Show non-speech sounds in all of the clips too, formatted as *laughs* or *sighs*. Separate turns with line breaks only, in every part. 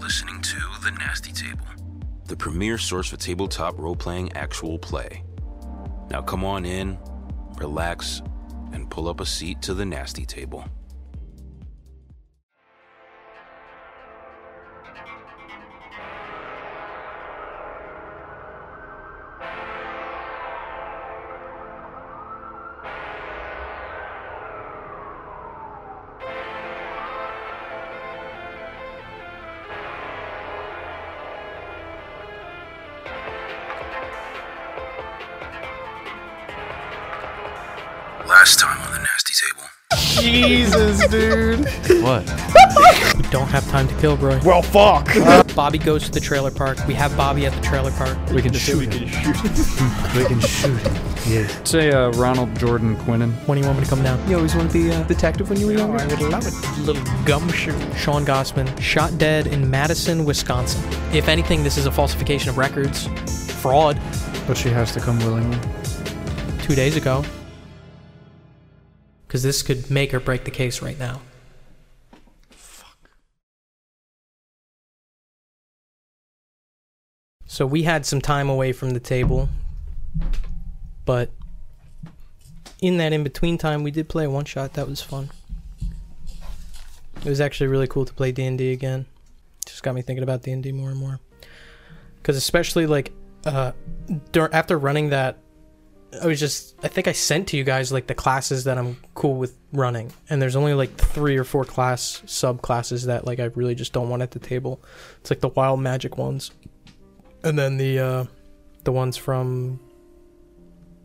listening to The Nasty Table, the premier source for tabletop role playing actual play. Now come on in, relax, and pull up a seat to the Nasty Table. Last time on The Nasty Table.
Jesus, dude.
What?
We don't have time to kill, bro. Uh,
Well, *laughs* fuck.
Bobby goes to the trailer park. We have Bobby at the trailer park.
We can shoot it. We can shoot it. Yeah. Say uh, Ronald Jordan Quinnan.
When do you want me to come down?
You always wanted the uh, detective when you were younger?
would love it. Little gumshoe. Sean Gossman, shot dead in Madison, Wisconsin. If anything, this is a falsification of records. Fraud.
But she has to come willingly.
Two days ago. Because this could make or break the case right now. So we had some time away from the table, but in that in between time, we did play one shot. That was fun. It was actually really cool to play D and D again. Just got me thinking about D and D more and more, because especially like uh, dur- after running that, I was just I think I sent to you guys like the classes that I'm cool with running, and there's only like three or four class subclasses that like I really just don't want at the table. It's like the wild magic ones and then the uh the ones from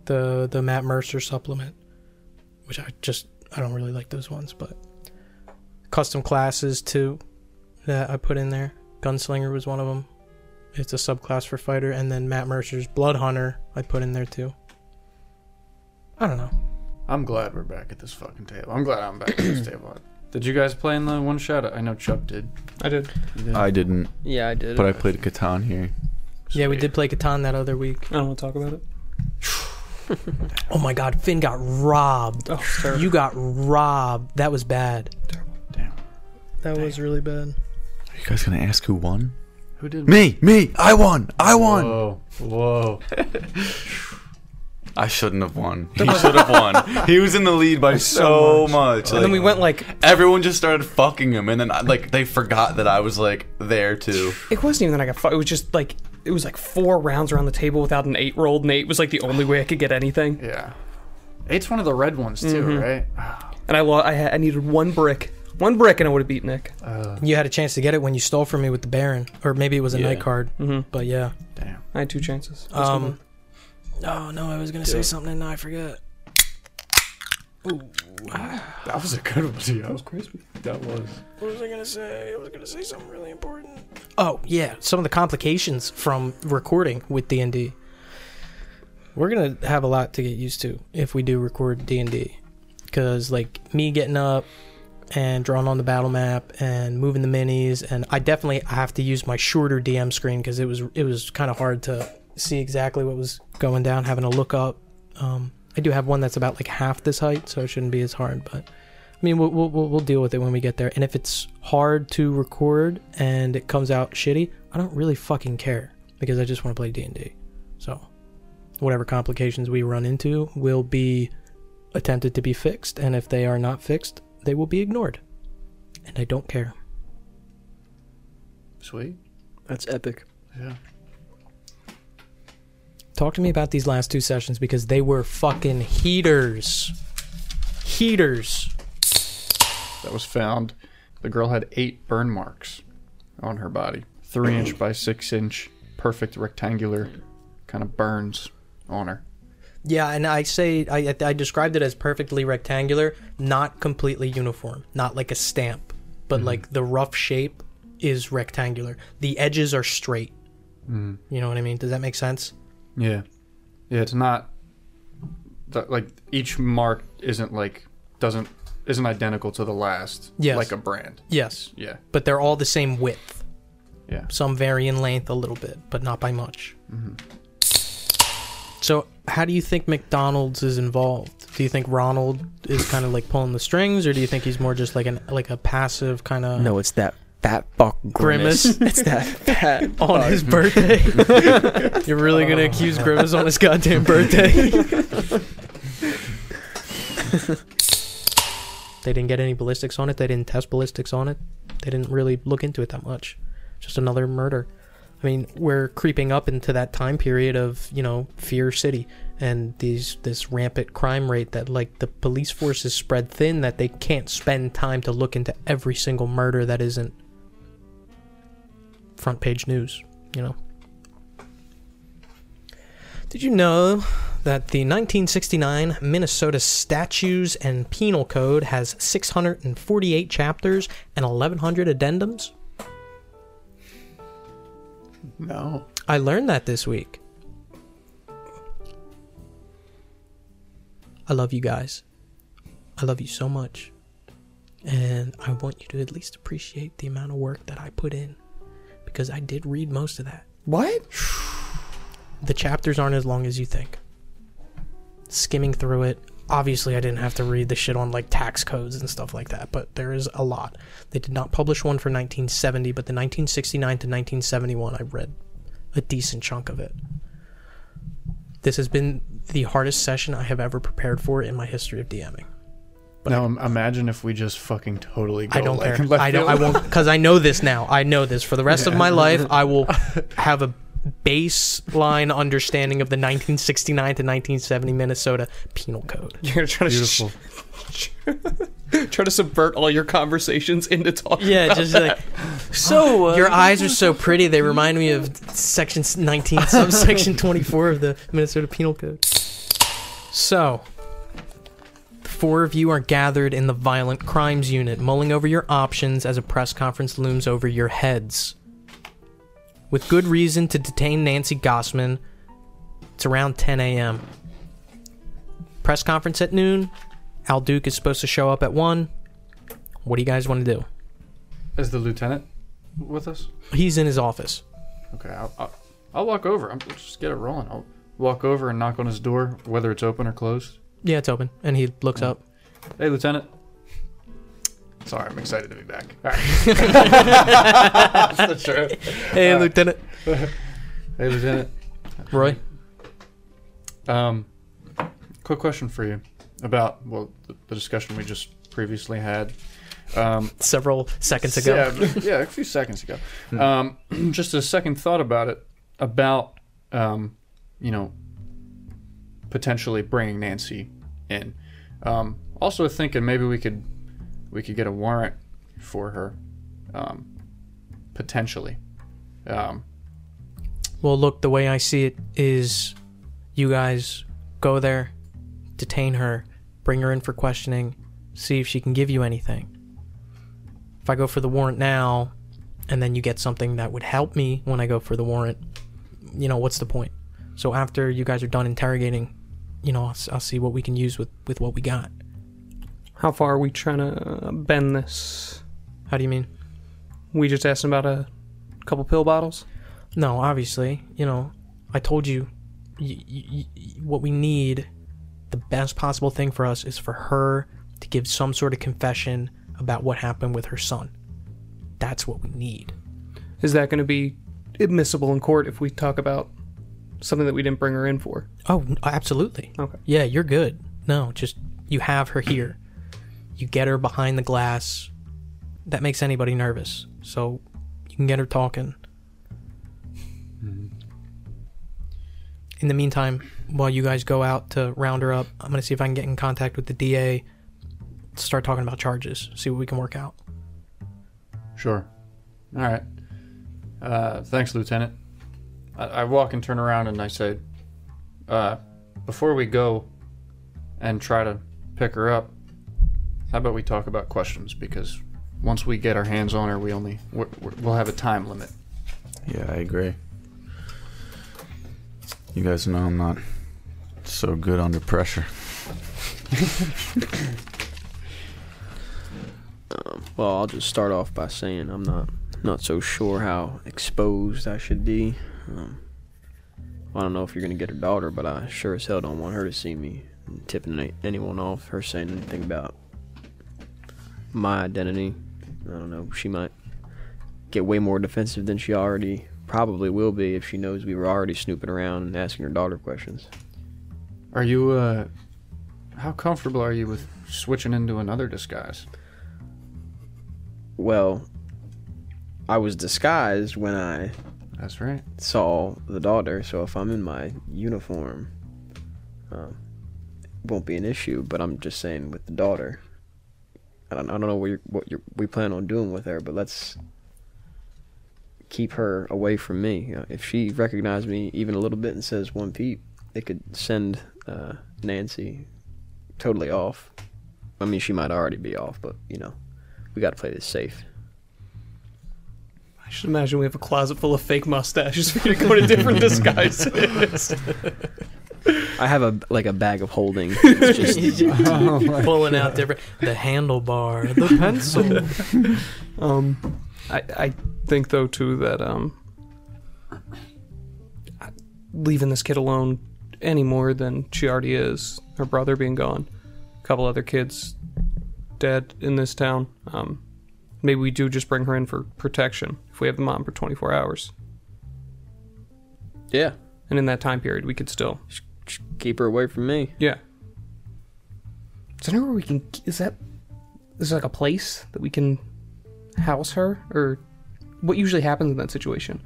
the the Matt Mercer supplement, which I just I don't really like those ones, but custom classes too that I put in there. Gunslinger was one of them. It's a subclass for fighter, and then Matt Mercer's Blood Hunter I put in there too. I don't know.
I'm glad we're back at this fucking table. I'm glad I'm back
*clears throat*
at this table.
Did you guys play in the one shot? I know Chuck did.
I did.
I didn't,
Yeah, I did.
but I played Catan here.
Yeah, we did play Catan that other week.
I don't want to talk about it.
Oh my God, Finn got robbed.
Oh, it's terrible.
You got robbed. That was bad.
Damn.
That was really bad.
Are you guys gonna ask who won?
Who did?
Me, me, I won, I won.
Whoa, whoa.
I shouldn't have won. *laughs* He should have won. He was in the lead by so, much.
And then we went like
Everyone just started fucking him, and then I, like they forgot that I was like there too.
It wasn't even that I got fucked. It was just like it was like four rounds around the table without an eight rolled, and eight was like the only way I could get anything.
Yeah. Eight's one of the red ones, too,
Mm-hmm.
right? Ah,
And I lo- I, had, I needed one brick, one brick, and I would have beat Nick.
You had a chance to get it when you stole from me with the Baron, or maybe it was a night card.
Mhm.
But yeah.
Damn.
I had two chances. Uh, This
Um,
one-
oh no, I was gonna say something and now I forgot.
That was a good one, too. That was
crispy. That was.
What was I gonna say? I was gonna say something really important. Oh yeah, some of the complications from recording with D and D. We're gonna have a lot to get used to if we do record D and D, because like me getting up and drawing on the battle map and moving the minis, and I definitely I have to use my shorter DM screen because it was it was kind of hard to see exactly what was going down, having to look up. Um, I do have one that's about like half this height, so it shouldn't be as hard, but. I mean, we'll, we'll, we'll we'll deal with it when we get there. And if it's hard to record and it comes out shitty, I don't really fucking care because I just want to play D and D. So, whatever complications we run into will be attempted to be fixed, and if they are not fixed, they will be ignored. And I don't care.
sweet.
That's epic.
Yeah.
Talk to me about these last two sessions because they were fucking heaters. Heaters.
That was found. The girl had eight burn marks on her body. Three inch by six inch, perfect rectangular kind of burns on her.
Yeah, and I say I I described it as perfectly rectangular, not completely uniform, not like a stamp, but like the rough shape is rectangular. The edges are straight. You know what I mean? Does that make sense?
Yeah. Yeah, it's not that like each mark isn't like doesn't isn't identical to the last.
Yes.
Like a brand.
Yes,
Yeah.
but they're all the same width.
Yeah.
Some vary in length a little bit, but not by much.
Mm-hmm.
So, how do you think McDonald's is involved? Do you think
*laughs*
Ronald is kind of like pulling the strings, or do you think he's more just like an like a passive kind of?
No, it's that fat fuck grimace.
Grimace.
*laughs* it's that fat
*laughs*
Oh.
on
fuck.
his birthday.
*laughs*
You're really gonna accuse Grimace on his goddamn
*laughs*
birthday? they didn't get any ballistics on it. They didn't test ballistics on it. They didn't really look into it that much. Just another murder. I mean, we're creeping up into that time period of you know Fear City and these this rampant crime rate that like the police force is spread thin that they can't spend time to look into every single murder that isn't front page news, you know. Did you know that the 1969 Minnesota Statutes and Penal Code has 648 chapters and 1,100 addendums?
No.
I learned that this week. I love you guys. I love you so much. And I want you to at least appreciate the amount of work that I put in because I did read most of that.
What?
The chapters aren't as long as you think. Skimming through it, obviously, I didn't have to read the shit on like tax codes and stuff like that, but there is a lot. They did not publish one for 1970, but the 1969 to 1971, I read a decent chunk of it. This has been the hardest session I have ever prepared for in my history of DMing.
now im- imagine if we just fucking totally go
I don't
like
care.
*laughs* left
I don't.
field.
I won't because I know this now. I know this for the rest of my life. I
*laughs*
will have a baseline understanding of the 1969 to 1970 Minnesota Penal Code.
*laughs* You're gonna try to sh-
Beautiful.
*laughs* try to subvert all your conversations into
*laughs*
talking.
Yeah, just like so. uh, your eyes are so pretty. They remind me of section *laughs* 19, subsection 24 of the Minnesota Penal Code. So, the four of you are gathered in the Violent Crimes Unit, mulling over your options as a press conference looms over your heads. With good reason to detain Nancy Gossman, it's around 10 a.m. Press conference at noon. Al Duke is supposed to show up at 1. What do you guys want to do?
Is the lieutenant with us?
He's in his office.
Okay, I'll, I'll, I'll walk over. I'm, let's just get it rolling. I'll walk over and knock on his door, whether it's open or closed.
Yeah, it's open. And he looks up.
Hey, lieutenant. Sorry, I'm excited to be back. All right. *laughs* That's the truth.
Hey, Lieutenant.
Hey, lieutenant.
Roy?
Um, quick question for you about well the, the discussion we just previously had. Um,
Several seconds ago.
Yeah, but- yeah, a few seconds ago. Um, *clears throat* just a second thought about it, about um, you know, potentially bringing Nancy in. Um, also thinking maybe we could we could get a warrant for her, um, potentially. Um,
Well, look, the way I see it is you guys go there, detain her, bring her in for questioning, see if she can give you anything. If I go for the warrant now, and then you get something that would help me when I go for the warrant, you know, what's the point? So after you guys are done interrogating, you know, I'll, s- I'll see what we can use with, with what we got.
How far are we trying to bend this?
How do you mean?
We just asked him about a couple pill bottles.
No, obviously, you know, I told you, y- y- y- what we need, the best possible thing for us is for her to give some sort of confession about what happened with her son. That's what we need.
Is that going to be admissible in court if we talk about something that we didn't bring her in for?
Oh, n- absolutely.
Okay.
Yeah, you're good. No, just you have her here. You get her behind the glass. That makes anybody nervous. So you can get her talking. In the meantime, while you guys go out to round her up, I'm going to see if I can get in contact with the DA, start talking about charges, see what we can work out.
sure. All right. Uh, thanks, lieutenant. I, I walk and turn around and I say, uh, before we go and try to pick her up, how about we talk about questions? Because once we get our hands on her, we only we're, we're- we'll have a time limit.
Yeah, I agree. You guys know I'm not so good under pressure.
Well, I'll just start off by saying I'm not not so sure how exposed I should be. Um, I don't know if you're gonna get her daughter, but I sure as hell don't want her to see me tipping any- anyone off. Her saying anything about my identity. I don't know. She might get way more defensive than she already probably will be if she knows we were already snooping around and asking her daughter questions.
Are you, uh, how comfortable are you with switching into another disguise?
Well, I was disguised when I
That's right.
saw the daughter, so if I'm in my uniform, uh, it won't be an issue. But I'm just saying with the daughter, I don't, I don't know what, you're, what you're, we plan on doing with her, but let's keep her away from me. You know, if she recognizes me even a little bit and says one peep, it could send uh, Nancy totally off. I mean, she might already be off, but you know, we got to play this safe.
I should imagine we have a closet full of fake mustaches *laughs* for you to go to different disguises.
I have a like a bag of holding. It's just *laughs* oh
pulling out different the handlebar, the pencil.
*laughs* Um, I, I think though too that um, leaving this kid alone any more than she already is, her brother being gone, a couple other kids dead in this town. Um, maybe we do just bring her in for protection if we have the mom for 24 hours,
yeah,
and in that time period we could still
just keep her away from me.
yeah. Is there anywhere we can? Is that? Is there like a place that we can house her, or what usually happens in that situation?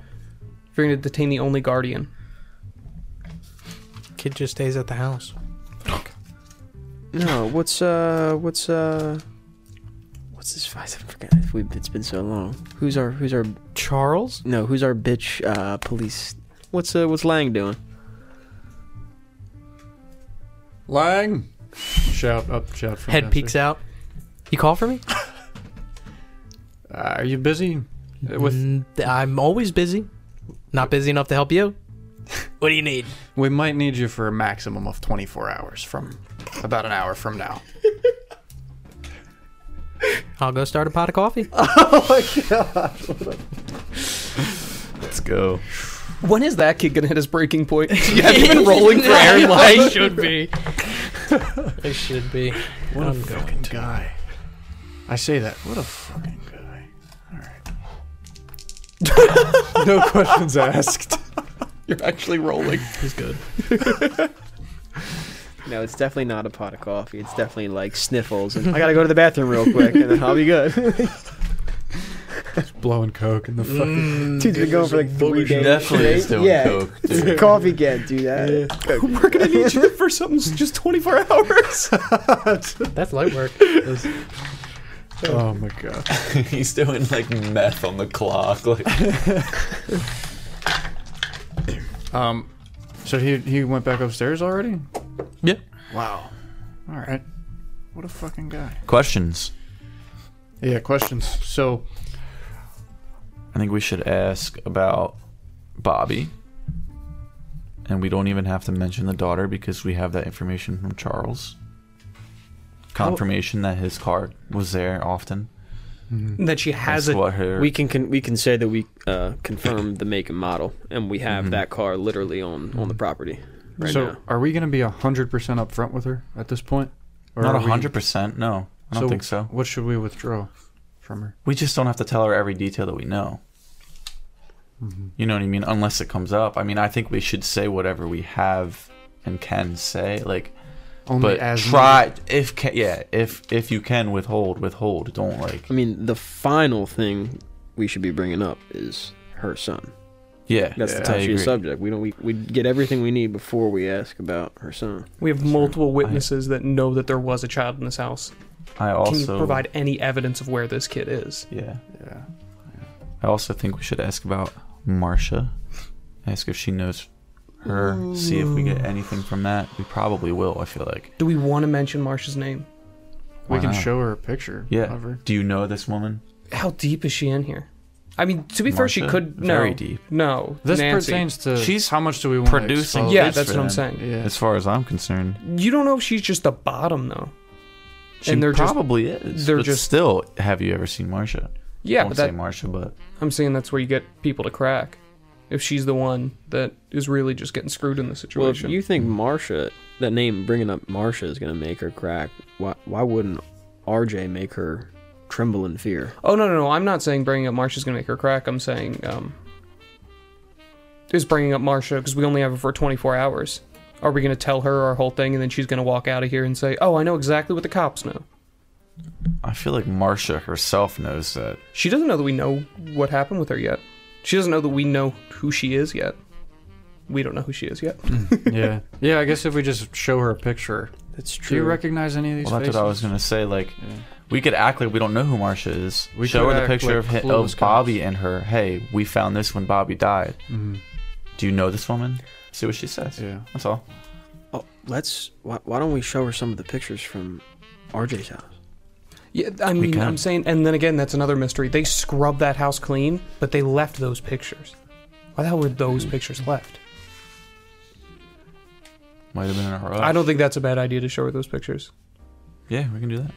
If you're going to detain the only guardian,
Kid just stays at the house.
No, what's uh, what's uh, what's this? I forgot. If we, it's been so long. Who's our who's our
Charles?
no? Who's our bitch? Uh, police. What's uh, what's Lang doing?
Lang! Shout up, shout from
Head peeks out. You call for me?
Uh, are you busy? With
Mm, I'm always busy. Not busy enough to help you. what do you need?
we might need you for a maximum of 24 hours from about an hour from now.
I'll go start a pot of coffee.
Let's go.
when is that kid going to hit his breaking
*laughs*
point? you *laughs* have been rolling for air
I
like
should be. I should
*laughs*
be.
What a
I'm going
fucking guy. I say that. What a fucking guy. *laughs* All right. no questions *laughs* asked.
You're actually rolling.
He's good.
No, it's definitely not a pot of coffee. It's definitely like sniffles. And I gotta go to the bathroom real quick, and then I'll be good.
*laughs*
Blowing coke in the fucking.
Dude's been going for like three days.
Mm. Definitely is doing
yeah.
coke. Dude.
Coffee can't do that.
We're going to need you for something that's just 24 hours.
That's light work.
*laughs* Oh my god.
*laughs* He's doing like meth on the clock. Like
Um, so he he went back upstairs already.
Yeah.
Wow. All right. What a fucking guy.
Questions.
Yeah. Questions. So
I think we should ask about Bobby. And we don't even have to mention the daughter because we have that information from Charles. Confirmation that his cart was there often.
Mm-hmm.
that she has
That's
a
what her
We can, can we can say that we uh, confirmed the make and model, and we
Mm-hmm.
have that car literally on on the property right
so
now.
are we gonna be hundred percent upfront with her at this point? Or
not
are we-
hundred percent. No, I don't think so.
What should we withdraw from her?
We just don't have to tell her every detail that we know.
Mm-hmm.
You know what I mean? Unless it comes up. I mean, I think we should say whatever we have and can say. Like,
Only
but
as
try if can, yeah if if you can withhold withhold. Don't like
I mean, the final thing we should be bringing up is her son.
yeah.
That's
yeah,
the
I agree.
touchy subject. We don't we, we get everything we need before we ask about her son.
we have multiple witnesses that know that there was a child in this house.
I
Can
also
you provide any evidence of where this kid is?
yeah.
Yeah.
I also think we should ask about Marcia. Ask if she knows her. See if we get anything from that. We probably will. I feel like.
Do we want to mention Marsha's name?
We
Why
can
not?
show her a picture.
Yeah.
Of her.
Do you know this woman?
How deep is she in here? I mean, to be fair, she
Marsha?
could no,
Very deep.
No,
This
Nancy.
pertains to.
She's
how much do we want To
producing
expose?
Yeah,
It's
that's
for
what I'm
them.
saying.
Yeah.
As
*laughs*
far as I'm concerned.
You don't know if she's just the bottom though.
She
And they're just-
probably is.
they're
but
just-
still. Have you ever seen Marsha?
Yeah, but
Won't
that,
say Marsha, but
I'm saying that's where you get people to crack. If she's the one that is really just getting screwed in the
Well, if
situation.
you think Marsha, that name bringing up Marsha is going to make her crack, why why wouldn't RJ make her tremble in fear.
Oh no, no, no! I'm not saying bringing up Marsha's gonna make her crack. I'm saying um, is bringing up Marsha because we only have her for 24 hours. Are we gonna tell her our whole thing and then she's gonna walk out of here and say, "Oh, I know exactly what the cops know."
I feel like Marcia herself knows that.
She doesn't know that we know what happened with her yet. She doesn't know that we know who she is yet. We don't know who she is yet.
yeah. Yeah, I guess if we just show her a picture.
That's
Do you recognize any of these
Well, that's what I was
faces?
gonna say. Like, we could act like we don't know who Marcia is.
We
Show
could
her the
act
picture
like
of, hi-
clueless
of Bobby and her. Hey, we found this when Bobby died.
Mhm.
Do you know this woman? See what she says.
Yeah.
That's all.
Oh, let's. Why, why don't we show her some of the pictures from RJ's house?
Yeah, I mean,
can.
I'm saying, and then again, that's another mystery. They scrubbed that house clean, but they left those pictures. Why the hell were those pictures left?
Might have been in her.
I don't think that's a bad idea to show her those pictures.
Yeah, we can do that.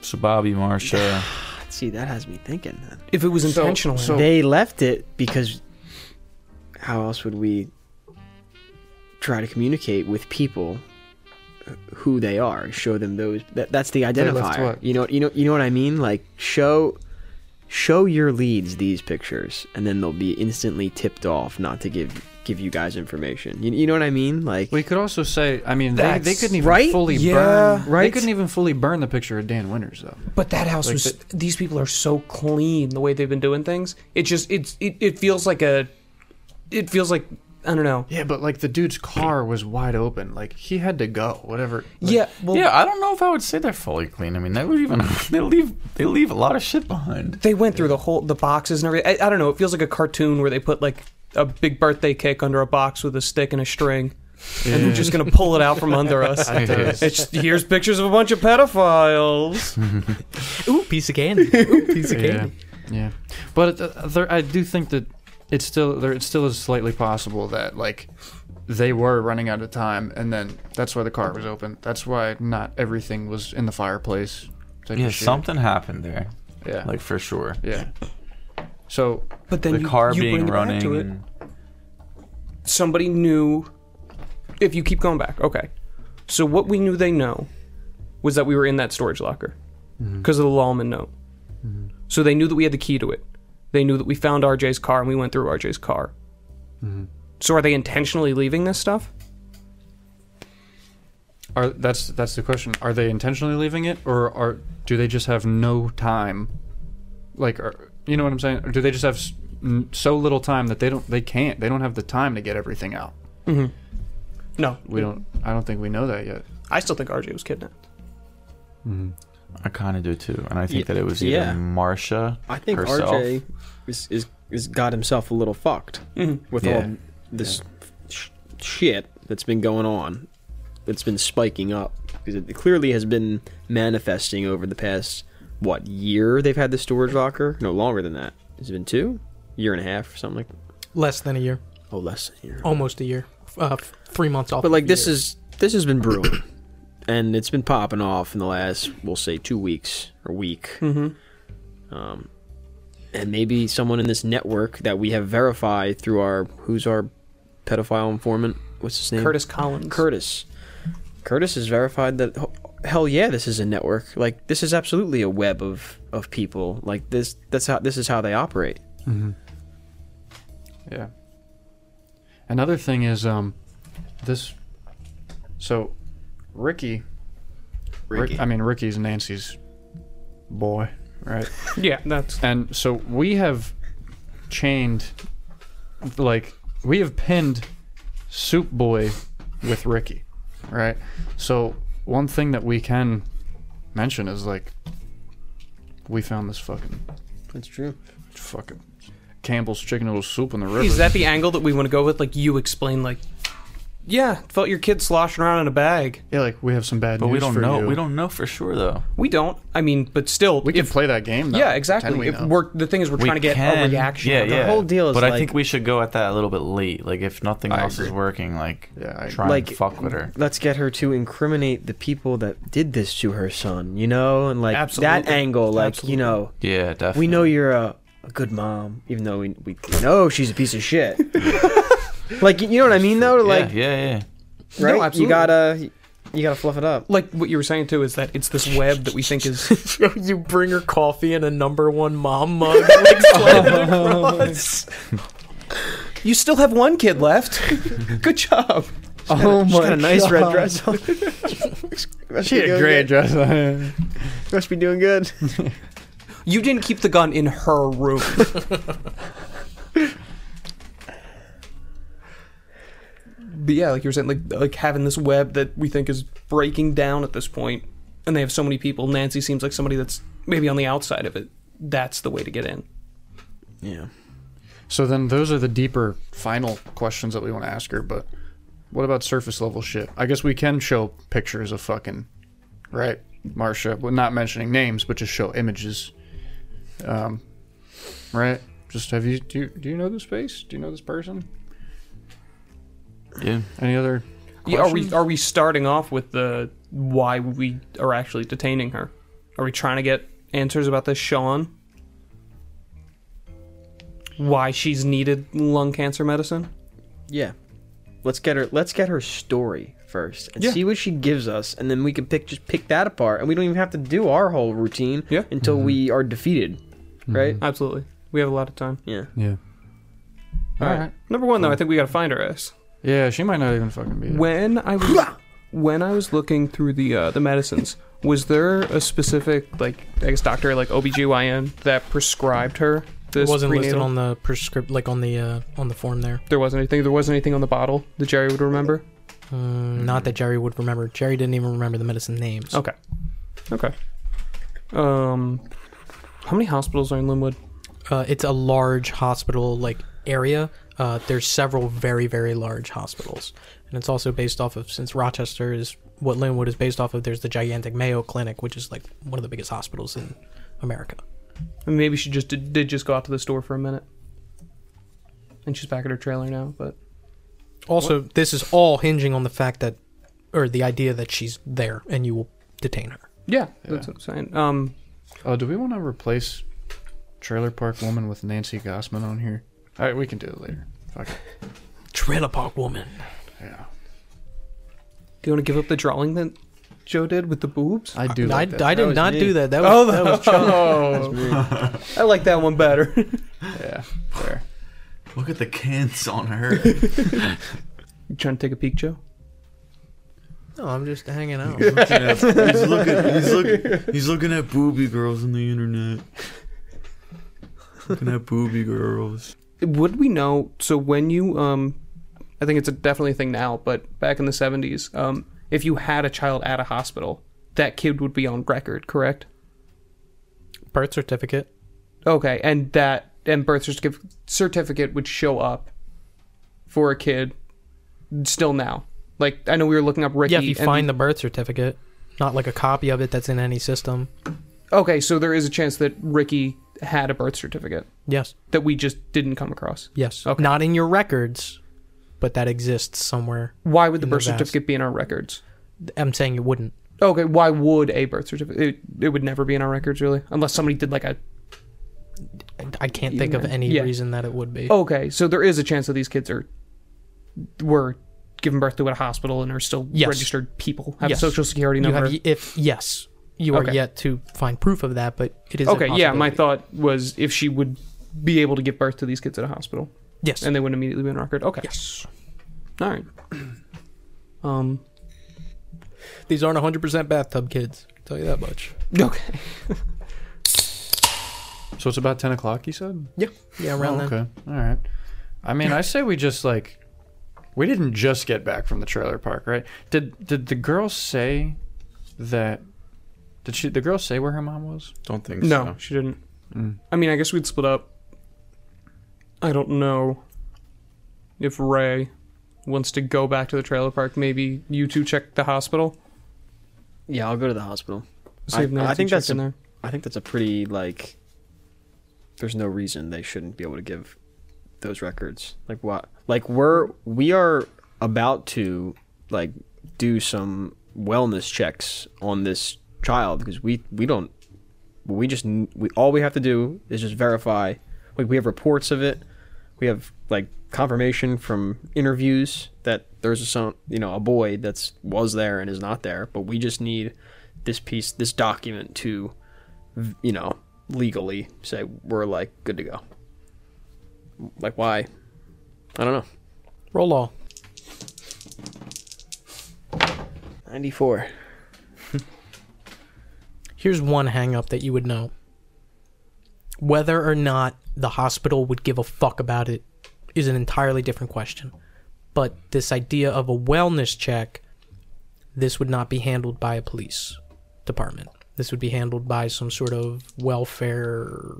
So Bobby, Marcia.
See, that has me thinking. Then.
If it was
So-
intentional,
so-
they left it because how else would we try to communicate with people uh, who they are? Show them those. That, that's the
They
identifier.
left what?
You know. You know. You know what I mean? Like show. Show your leads these pictures, and then they'll be instantly tipped off not to give give you guys information. You, you know what I mean? Like
We could also say, I mean, they, they
That's-
couldn't even
Right?
fully
Yeah,
burn. They
right?
couldn't even fully burn the picture of Dan Winters, though.
but that house
Like
was. these people are so clean the way they've been doing things. It just it's it, it feels like a, it feels like I don't know.
Yeah, but like the dude's car was wide open. Like he had to go. Whatever. Like,
yeah, well,
yeah, I don't know if I would say they're fully clean. I mean, they leave an- *laughs* they leave they leave a lot of shit behind.
they went through the whole the boxes and everything. I, I don't know. It feels like a cartoon where they put like a big birthday cake under a box with a stick and a string. And
eh,
they're just gonna pull it out from under
*laughs*
us.
I think it
It's here's pictures of a bunch of
*laughs*
pedophiles.
Ooh, piece of candy. Ooh, piece of
Yeah.
candy.
yeah. But uh, there, I do think that it's still there. It still is slightly possible that like they were running out of time, and then that's why the car was open. That's why not everything was in the fireplace. type of
Yeah,
shit.
something happened there.
Yeah.
Like for sure.
yeah. So
But then
the
you,
car
you
being
bring it
running.
back to it.
and-
Somebody knew. If you keep going back, okay. So what we knew they know was that we were in that storage locker because of the lawman note. So they knew that we had the key to it. They knew that we found RJ's car and we went through RJ's car. So are they intentionally leaving this stuff?
Are that's that's the question. Are they intentionally leaving it, or are do they just have no time? Like, are, you know what I'm saying? Or do they just have s- n- so little time that they don't they can't they don't have the time to get everything out?
No,
Mm-hmm. We don't. I don't think we know that yet.
I still think RJ was kidnapped.
I kind of do too, and I think
Yeah.
that it was either
Yeah.
Marcia.
I think
herself.
RJ is, is is got himself a little fucked
Mm-hmm.
with
Yeah.
all this sh- shit that's been going on, that's been spiking up because it clearly has been manifesting over the past what year they've had the storage locker? No longer than that. Has it been two, year and a half, or something like?
Less than a year.
Oh, less than a year.
Almost a year. F- Uh, f- three months off.
But like this is this has been brewing, *clears throat* and it's been popping off in the last we'll say two weeks or week. Um, and maybe someone in this network that we have verified through our who's our pedophile informant? What's his name?
Curtis Collins.
Curtis. Curtis has verified that. h- Hell yeah, this is a network. Like this is absolutely a web of of people. Like this. That's how this is how they operate.
Yeah. Another thing is um, this. So, Ricky. Rick- I mean, Ricky's Nancy's boy, right?
yeah, that's
And so we have chained, like, we have pinned Soup Boy with Ricky, right? So one thing that we can mention is like, we found this fucking
That's true.
fucking Campbell's chicken noodle soup in the river.
is that the angle that we want to go with? Like you explain, like yeah, felt your kid sloshing around in a bag.
yeah, like we have some bad
But
news
we don't
for
know.
you.
We don't know for sure though.
We don't. I mean, but still,
We can
if,
play that game. Though.
yeah,
Pretend
exactly.
We *laughs*
If
know.
we're the thing is, we're trying to get a
can-
reaction.
Yeah, yeah.
whole deal is
But I
like-
think we should go at that a little bit late. Like if nothing
I
else is
agree.
working, like
Yeah, I-
try
Like-
and fuck with her.
let's get her to incriminate the people that did this to her son, you know, and like that
Absolutely.
angle, like
Absolutely.
you know,
Yeah, definitely.
we know you're a, a good mom, even though we, we know she's a piece of shit. like you know what I mean, though.
Yeah,
Like
yeah, yeah.
right,
No, absolutely.
you gotta
You gotta fluff it up.
Like what you were saying too is that it's this web that we think is
*laughs* you bring her coffee in a number one mom mug.
*laughs*
like, sliding
Oh.
across. you still have one kid
*laughs*
left. Good job.
Oh
She's got
my
a nice red
God.
dress on. *laughs* Must be doing
*laughs*
good.
dress on.
Must be doing good.
You didn't keep the gun in her room. but yeah, like you were saying, like like having this web that we think is breaking down at this point, and they have so many people. Nancy seems like somebody that's maybe on the outside of it. That's the way to get in.
Yeah.
So then those are the deeper final questions that we want to ask her, but what about surface level shit? I guess we can show pictures of fucking right, Marsha. Well not mentioning names, but just show images. Um right? Just have you do you, do you know this face? Do you know this person?
Yeah.
Any other
Yeah, are we
questions?
are we starting off with the why we are actually detaining her? Are we trying to get answers about this Sean? Why she's needed lung cancer medicine?
Yeah. Let's get her. Let's get her story first and
Yeah.
see what she gives us, and then we can pick just pick that apart, and we don't even have to do our whole routine
Yeah.
until we are defeated, right?
Absolutely. We have a lot of time.
Yeah.
Yeah. All right.
Number one, though, I think we got to find her ass.
Yeah, she might not even fucking be there.
When I was when I was looking through the uh, the medicines, was there a specific like I guess doctor like OBGYN that prescribed her
It
this
wasn't listed
prenatal-
on the prescript, like on the uh, on the form there.
There wasn't anything. There wasn't anything on the bottle that Jerry would remember.
Mm, Not that Jerry would remember. Jerry didn't even remember the medicine names.
Okay. Okay. Um, how many hospitals are in Linwood?
Uh, it's a large hospital like area. Uh, there's several very very large hospitals, and it's also based off of since Rochester is what Linwood is based off of. There's the gigantic Mayo Clinic, which is like one of the biggest hospitals in America.
I mean, maybe she just did, did just go out to the store for a minute, and she's back at her trailer now. But
Also, this is all hinging on the fact that, or the idea that she's there and you will detain her.
yeah, that's what I'm saying. Um,
Oh, do we want to replace Trailer Park Woman with Nancy Gossman on here? All right, we can do it later. Fuck it.
Trailer park woman.
Yeah.
do you want to give up the drawing that Joe did with the boobs?
I do.
I,
like that.
I did
was
not
me.
do that. That was, oh, *laughs* that was Chuck.
I like that one better.
yeah. There.
Look at the cans on her.
you trying to take a peek, Joe?
No, I'm just hanging out.
he's looking. He's looking. He's looking at booby girls on the internet. Looking at
*laughs*
booby girls.
would we know so when you um i think it's a definitely a thing now but back in the 70s um if you had a child at a hospital that kid would be on record correct
Birth certificate.
okay and that and birth certificate certificate would show up for a kid still now like i know we were looking up ricky
Yeah, if you
and-
find the birth certificate, not like a copy of it that's in any system.
okay so there is a chance that ricky had a birth certificate
Yes,
that we just didn't come across
yes.
Okay.
Not in your records, but that exists somewhere.
why would the
In the
birth
vast.
certificate be in our records
I'm saying you wouldn't.
Okay, why would a birth certificate? It, it would never be in our records, really, unless somebody did like a.
I- I can't think of
Even-
any
yeah. Oh,
reason that it would be.
Okay, so there is a chance that these kids are were given birth to at a hospital and are still
Yes.
registered people, have
Yes.
a social security
you
number.
have if yes, you are
Okay.
yet to find proof of that, but it is. a
okay, yeah. My
possibility.
thought was if she would be able to give birth to these kids at a hospital,
Yes,
and they wouldn't immediately be on record. Okay,
yes.
all right. *clears throat* Um.
These aren't 100 percent bathtub kids. I'll tell you that much.
Okay.
So it's about ten o'clock. You said.
Yeah, yeah, around
Oh,
then.
okay. All right. I mean, I say we just like. We didn't just get back from the trailer park, right? Did Did the girl say that? Did she? The girl say where her mom was?
Don't think
No,
so.
she didn't.
Mm.
I mean, I guess we'd split up. I don't know if Ray wants to go back to the trailer park. Maybe you two check the hospital.
Yeah, I'll go to the hospital.
See
I-
if
I
Nancy checked
think that's
in
a-
there.
I think that's a pretty like. There's no reason they shouldn't be able to give those records. Like what? Like we're we are about to like do some wellness checks on this child because we we don't we just n- we all we have to do is just verify. Like we have reports of it. we have like confirmation from interviews that there's a son, you know, a boy that's was there and is not there, but we just need this piece, this document to, v- you know, legally say we're like good to go. Like why? I don't know.
Roll law.
94.
Here's one hang up that you would know. Whether or not the hospital would give a fuck about it is an entirely different question. But this idea of a wellness check, this would not be handled by a police department. This would be handled by some sort of welfare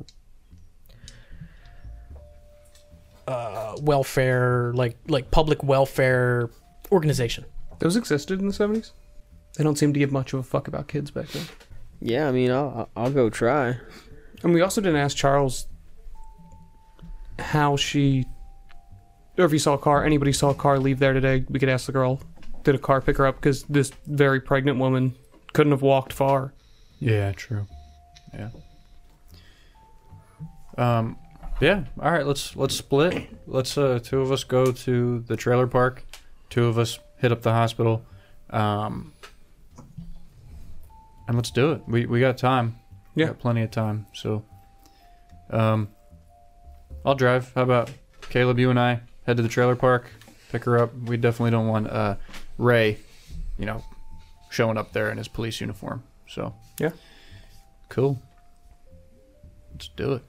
uh, welfare like like public welfare organization.
Those existed in the 70s? They don't seem to give much of a fuck about kids back then.
Yeah, I mean, I'll I'll go try.
And we also didn't ask Charles how she, or if he saw a car, anybody saw a car leave there today. We could ask the girl, did a car pick her up? Because this very pregnant woman couldn't have walked far.
Yeah, true. Yeah. Um, yeah. All right. Let's let's split. Let's uh, two of us go to the trailer park. Two of us hit up the hospital. Um, and let's do it. We we got time.
Yeah.
we got plenty of time. So, um, I'll drive. How about Caleb? You and I head to the trailer park. Pick her up. We definitely don't want uh, Ray, you know, showing up there in his police uniform. So
Yeah.
cool. Let's do it.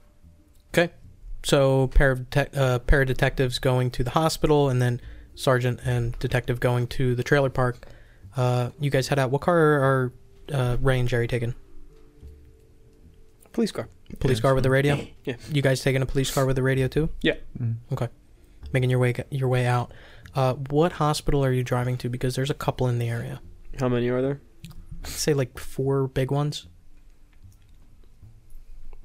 Okay. So pair of detec- uh, pair of detectives going to the hospital, and then sergeant and detective going to the trailer park. Uh, you guys head out. What car are uh, Ray and Jerry taking?
Police car.
Police car with the radio.
Yeah.
You guys taking a police car with the radio too?
Yeah.
Okay. Making your way your way out. Uh, what hospital are you driving to? Because there's a couple in the area.
How many are there?
I'd say like four big ones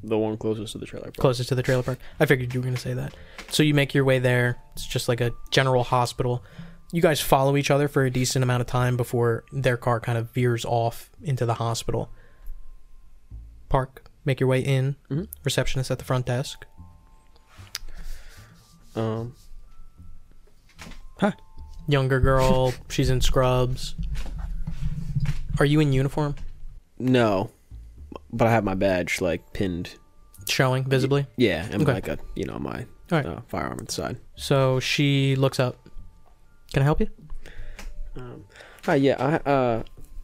The one closest to the trailer park.
closest to the trailer park. I figured you were gonna say that. So you make your way there. It's just like a general hospital. You guys follow each other for a decent amount of time before their car kind of veers off into the hospital. Park. Make your way in. Receptionist at the front desk.
Um,
Younger *laughs* girl. she's in scrubs. Are you in uniform?
no, but I have my badge like pinned.
Showing visibly.
Yeah, and
Okay.
like a you know my
All right.
uh, firearm at the side.
So she looks up. Can I help you?
Um, hi, yeah, I uh,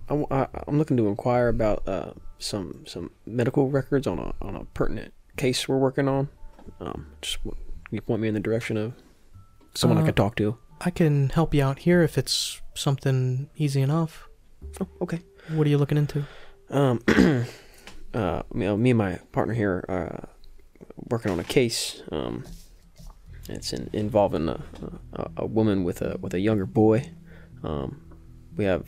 I'm, I, I'm looking to inquire about uh some some medical records on a on a pertinent case we're working on. Um, just w- you point me in the direction of someone
Uh,
I could talk to.
I can help you out here if it's something easy enough.
Oh, okay.
What are you looking into?
Um, *clears throat* uh, you know, me and my partner here are uh, working on a case. Um, it's in, involving a, a, a woman with a with a younger boy. Um, we have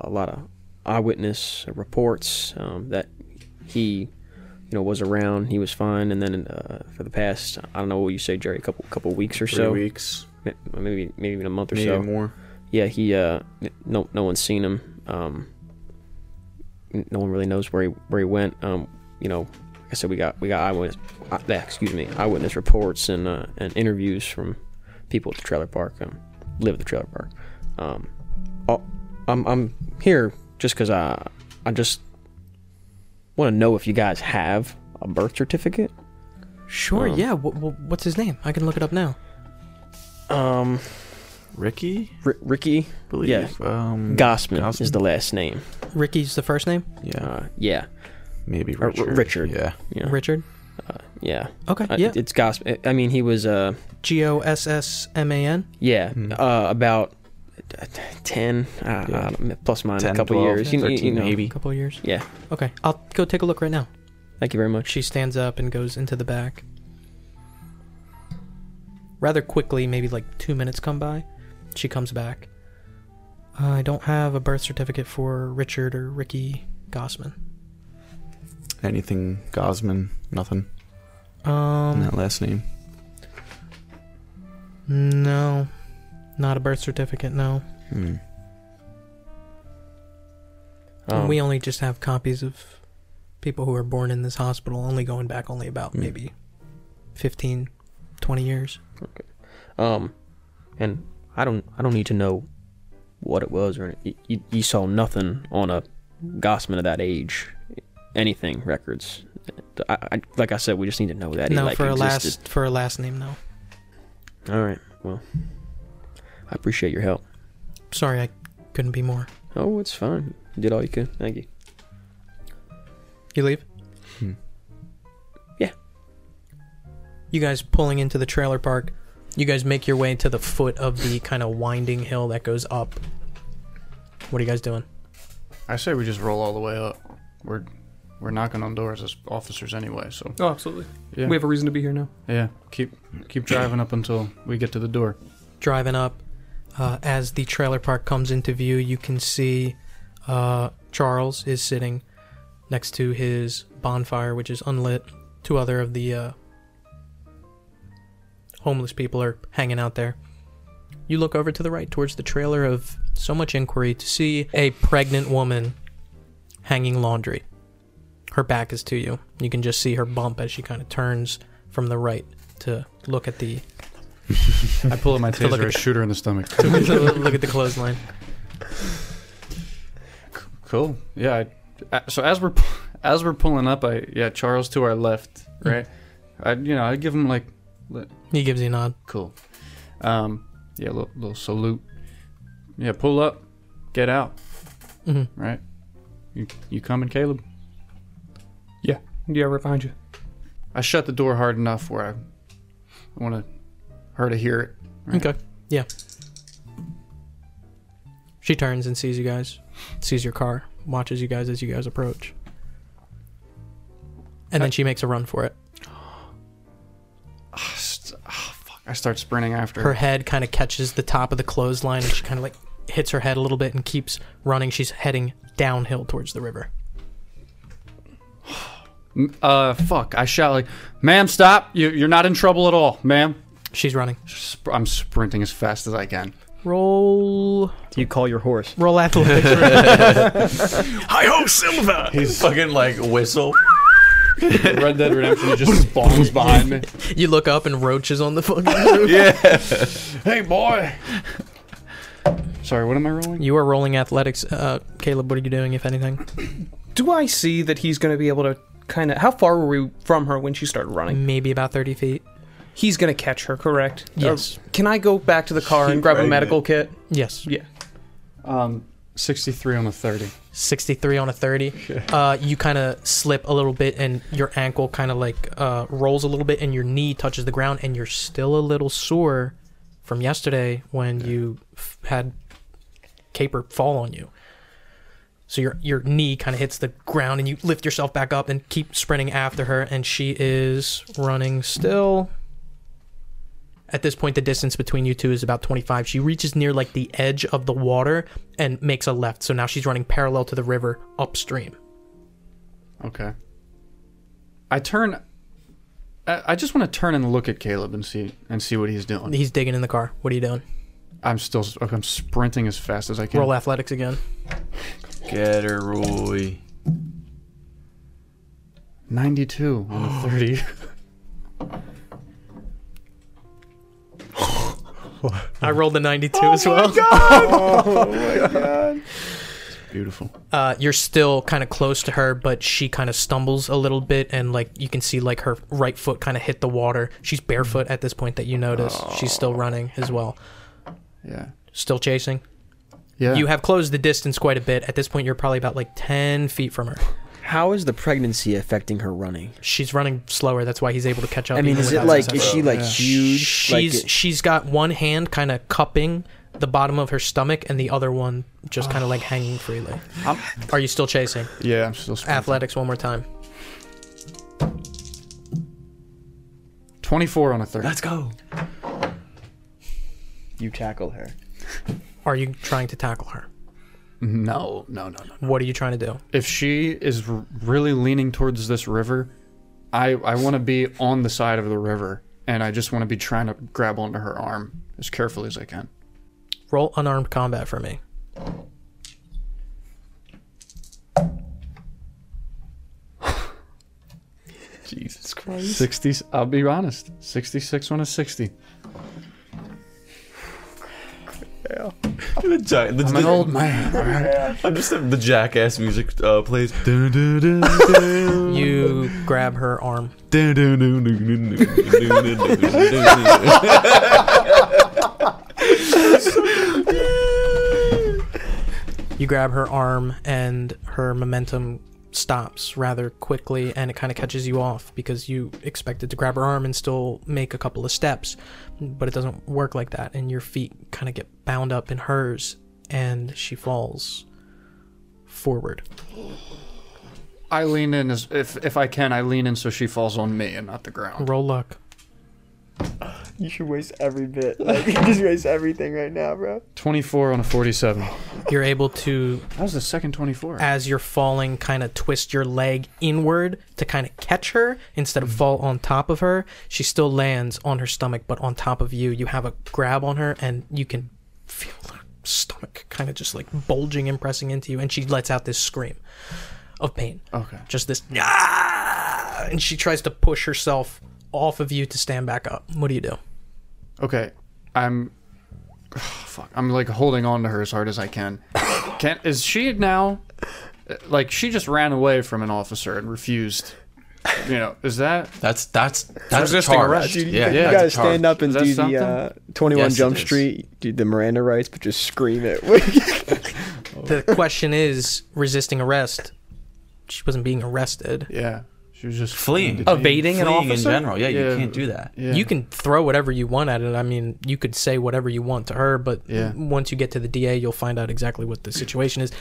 a lot of eyewitness reports um, that he, you know, was around. He was fine, and then uh, for the past, I don't know what you say, Jerry, a couple couple weeks or
Three
so,
weeks,
ma- maybe maybe even a month or
maybe
so
more.
yeah, he uh, n- no no one's seen him. Um, n- no one really knows where he where he went. Um, you know, like I said, we got we got eyewitness, uh, yeah, excuse me, eyewitness reports and uh, and interviews from people at the trailer park. Um, live at the trailer park. Um, I'll- I'm I'm here just because I I just want to know if you guys have a birth certificate.
Sure,
Um,
yeah. Wh- wh- what's his name? I can look it up now.
Um,
Ricky,
R- Ricky
I believe.
Yeah.
Um,
Gossman, is
Gossman?
the last name.
Ricky's the first name?
Yeah,
Uh, yeah,
maybe
or R-
Richard.
Richard.
Yeah.
yeah,
Richard.
yeah.
Okay,
Uh,
yeah.
it- It's gospel. I mean, he was, uh,
G O S S M A N.
yeah,
Hmm.
Mhm.
uh, about uh, t- 10, uh,
Yeah.
I don't know, plus minus
10,
a couple
12,
years. You, you- you
13
know.
maybe.
A couple of years.
Yeah.
Okay, I'll go take a look right now.
Thank you very much.
She stands up and goes into the back. Rather quickly, maybe like two minutes come by. She comes back. I don't have a birth certificate for Richard or Ricky Gossman.
Anything Gosman, nothing.
Um,
And that last name.
no. Not a birth certificate, no.
Hmm.
Um,
we only just have copies of people who were born in this hospital, only going back only about
Hmm.
maybe 15, 20 years.
Okay. Um, and I don't I don't need to know what it was or any- you- you, you saw nothing on a Gossman of that age, anything records. I, I, like I said, we just need to know that
no,
he like
for a
existed.
last for a last name, no.
All right. Well, I appreciate your help.
Sorry, I couldn't be more.
Oh, it's fine. You did all you could. Thank you.
You leave?
Hmm.
Yeah.
You guys pulling into the trailer park. You guys make your way to the foot of the kind of winding hill that goes up. What are you guys doing?
I say we just roll all the way up. We're we're knocking on doors as officers anyway, so
Oh, absolutely.
Yeah.
We have a reason to be here now.
yeah, keep keep driving up until we get to the door.
driving up. Uh, as the trailer park comes into view, you can see uh, Charles is sitting next to his bonfire, which is unlit. Two other of the uh, homeless people are hanging out there. You look over to the right towards the trailer of so much inquiry to see a pregnant woman hanging laundry. Her back is to you. You can just see her bump as she kind of turns from the right to look at the *laughs*
I pull out my
To look
taser,
at
I
the-
shoot her in the stomach.
to look- look at the clothesline.
Cool. Yeah. I, a- so as we're *laughs* pu- as we're pulling up, I yeah Charles to our left,
Mm.
right. I you know I give him like li-
He gives you a nod.
cool. Um, yeah, little, little salute. Yeah, pull up, get out.
Mhm.
Right. You you coming, Caleb?
Yeah, right behind you.
I shut the door hard enough where I, I want to her to hear it. Right.
Okay. Yeah. She turns and sees you guys, sees your car, watches you guys as you guys approach. And then she makes a run for it.
I start sprinting after
Her
her.
head kind of catches the top of the clothesline and she kind of like hits her head a little bit and keeps running. She's heading downhill towards the river.
M- Uh, fuck! I shout like, "Ma'am, stop! You, you're not in trouble at all, ma'am."
She's running.
Sp- I'm sprinting as fast as I *laughs* can.
Roll.
You call your horse.
Roll athletics.
I hope Silva.
He's fucking like whistle.
Red Dead Redemption just spawns behind me.
*laughs* you look up and Roach is on the *laughs* fucking
*laughs*
roof.
Hey, boy. Sorry, what am I rolling?
You are rolling athletics. Uh, Caleb, what are you doing, if anything?
Do I see that he's going to be able to kind of? How far were we from her when she started running?
Maybe about 30 feet.
He's going to catch her, correct?
Yes.
Uh, can I go back to the car and grab a medical kit?
Yes.
Yeah.
Um, 63 on the 30.
63 on a 30 uh, you kind of slip a little bit and your ankle kind of like uh, rolls a little bit and your knee touches the ground and you're still a little sore from yesterday when you f- had caper fall on you so your your knee kind of hits the ground and you lift yourself back up and keep sprinting after her and she is running still at this point the distance between you two is about 25 she reaches near like the edge of the water and makes a left so now she's running parallel to the river upstream
Okay. I turn. I, I just want to turn and look at Caleb and see and see what he's doing.
he's digging in the car what are you doing
I'm still. I'm sprinting as fast as I can.
roll athletics again
Get her, Roy.
92 on the *gasps* 30.
i rolled a 92 as well
Beautiful.
uh, you're still kind of close to her but she kind of stumbles a little bit and like you can see like her right foot kind of hit the water she's barefoot at this point that you notice she's still running as well
Yeah.
still chasing
Yeah.
you have closed the distance quite a bit at this point you're probably about like 10 feet from her
How is the pregnancy affecting her running?
she's running slower that's why he's able to catch up
I mean,
even
is it
without
like
success.
is she like
Yeah.
huge?
she's
like,
she's got one hand kind of cupping the bottom of her stomach and the other one just kind of like hanging freely.
I'm-
Are you still chasing?
yeah, I'm still sprinting.
Athletics one more time.
24 on a 30.
go.
you tackle her.
Are you trying to tackle her?
No, no, no, no.
What are you trying to do?
If she is r- really leaning towards this river, I I want to be on the side of the river and I just want to be trying to grab onto her arm as carefully as I can.
Roll unarmed combat for me.
17 Jesus Christ. 60, I'll be honest. 66 on a 60.
Yeah. The ja- the-
I'm an old man,
I'm just the jackass music uh,
*laughs*
plays.
You grab her arm. You grab her arm, and her momentum stops rather quickly, and it kind of catches you off because you expected to grab her arm and still make a couple of steps, but it doesn't work like that, and your feet kind of get bound up in hers, and she falls forward.
I lean in as if if I can. I lean in so she falls on me and not the ground.
Roll luck.
You should waste every bit. Like, *laughs* you just waste everything right now, bro.
24 on a 47.
You're able to
That was the second 24.
as you're falling, kind of twist your leg inward to kind of catch her instead of fall on top of her. She still lands on her stomach, but on top of you. You have a grab on her, and you can feel her stomach kind of just like bulging and pressing into you, and she lets out this scream of pain.
Okay.
Just this, "Ah!" and she tries to push herself off of you to stand back up. What do you do?
Okay. I'm *sighs* fuck. I'm like holding on to her as hard as I can. Can is she now uh, like she just ran away from an officer and refused you know, is that
That's that's that's
Resisting
charged.
arrest.
Dude,
Yeah,
you
that's
gotta
charged.
stand up and
Is that
do
something?
the uh, 21
Yes, it
Jump
is.
Street, do the Miranda rights, but just scream it.
*laughs*
The question is resisting arrest. She wasn't being arrested.
Yeah. She was just
Fleeing.
Evading an
Fleeing in
officer?
general. Yeah,
Yeah.
you can't do that.
Yeah.
You can throw whatever you want at it. I mean, you could say whatever you want to her, but
Yeah.
once you get to the DA, you'll find out exactly what the situation is.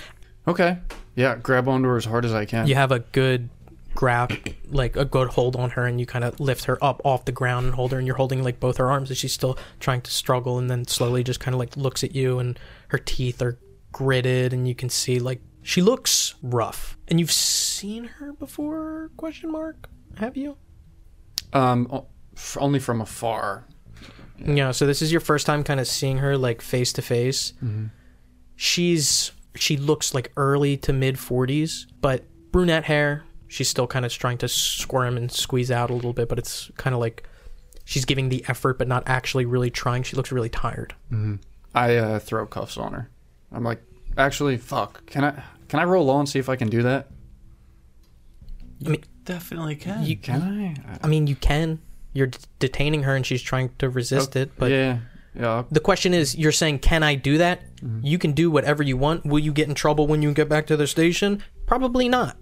Okay. Yeah, grab onto her as hard as I can.
You have a good grab, like a good hold on her, and you kind of lift her up off the ground and hold her, and you're holding like both her arms, and she's still trying to struggle, and then slowly just kind of like looks at you, and her teeth are gritted, and you can see like she looks rough. And you've seen her before? Question mark. Have you?
Um o- f- only from afar.
Yeah, so this is your first time kind of seeing her like face to face. She's she looks like early to mid 40s, but brunette hair. She's still kind of trying to squirm and squeeze out a little bit, but it's kind of like she's giving the effort but not actually really trying. She looks really tired.
I uh, throw cuffs on her. I'm like, actually, fuck. Can I can I roll low and see if I can do that?
Definitely can.
You
Can I?
I mean, you can. You're d- detaining her and she's trying to resist it, but
yeah, yeah.
the question is you're saying can i do that you can do whatever you want will you get in trouble when you get back to the station probably not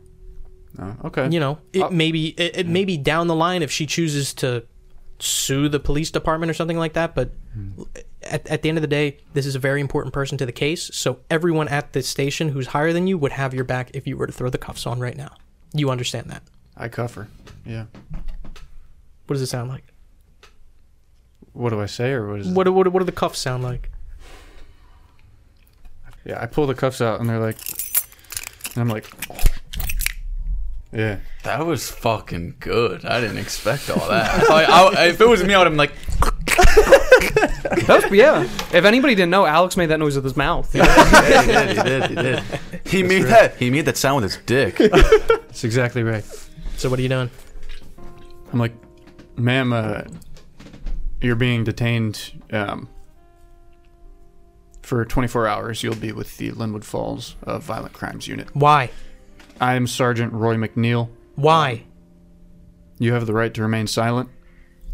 No, uh, okay.
you know it maybe it, it may be down the line if she chooses to sue the police department or something like that but at, at the end of the day this is a very important person to the case so everyone at the station who's higher than you would have your back if you were to throw the cuffs on right now you understand that
I cuff her. Yeah.
what does it sound like
What do I say or what is?
what, do- what, do- what do the cuffs sound like
Yeah, I pull the cuffs out and they're like, and I'm like, yeah.
That was fucking good. I didn't expect all that.
*laughs*
I thought- I- if it was me, I would have been like,
That was, yeah. If anybody didn't know, Alex made that noise with his mouth.
he did, he did, he did. He made that. He made that sound with his dick.
*laughs*
That's exactly right.
so what are you doing
I'm like, ma'am, uh, you're being detained um, for 24 hours. You'll be with the Linwood Falls uh, Violent Crimes Unit.
why
I am Sergeant Roy McNeil.
why
You have the right to remain silent.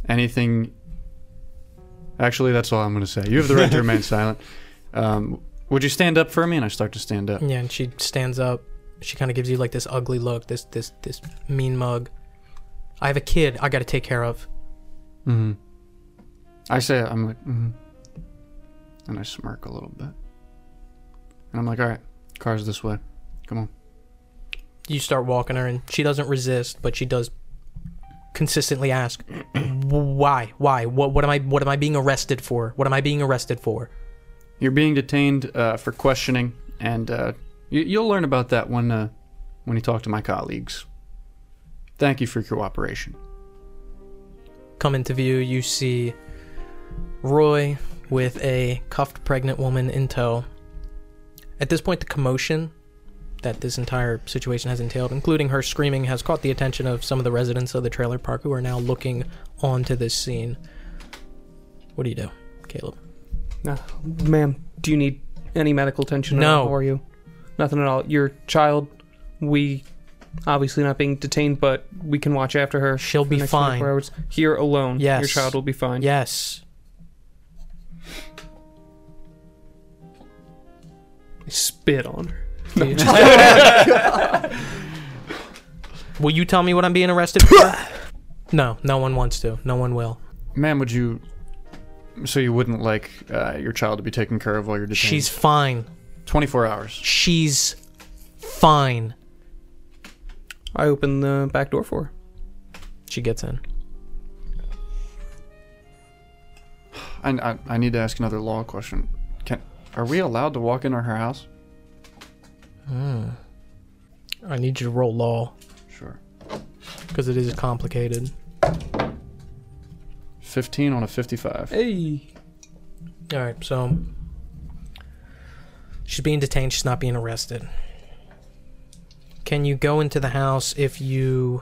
Anything. Actually, that's all I'm going to say. You have the right to remain silent. Um, would you stand up for me? And I start to stand up.
Yeah, and she stands up. She kind of gives you like this ugly look, this this this mean mug. I have a kid I got to take care of.
Mm-hmm. I say it. I'm like, mm-hmm. and I smirk a little bit, and I'm like, all right, car's this way. Come on.
You start walking her, and she doesn't resist, but she does consistently ask, *clears throat* "Why? Why? What? What am I? What am I being arrested for? What am I being arrested for?"
You're being detained uh, for questioning, and uh, you, you'll learn about that when uh, when you talk to my colleagues. Thank you for your cooperation.
come into view, you see Roy with a cuffed pregnant woman in tow. At this point, the commotion that this entire situation has entailed, including her screaming, has caught the attention of some of the residents of the trailer park who are now looking onto this scene. What do you do, Caleb?
Uh, ma'am, do you need any medical attention? at
No.
all? How are you? Nothing at all. Your child, we obviously not being detained, but we can watch after her. She'll
be fine.
Hours. Here alone.
Yes.
Your child will be fine.
Yes.
I spit on her.
*laughs* Will you tell me what I'm being arrested *laughs* for? no, no one wants to. No one will.
Ma'am, would you? So you wouldn't like uh, your child to be taken care of while you're detained?
She's fine.
24 hours.
She's fine.
I open the back door for her.
She gets in.
I, I, I need to ask another law question. Can are we allowed to walk into her house?
Hmm. I need you to roll law.
Sure.
Because it is complicated.
15 on a 55.
Hey.
All right, so she's being detained. She's not being arrested. Can you go into the house if you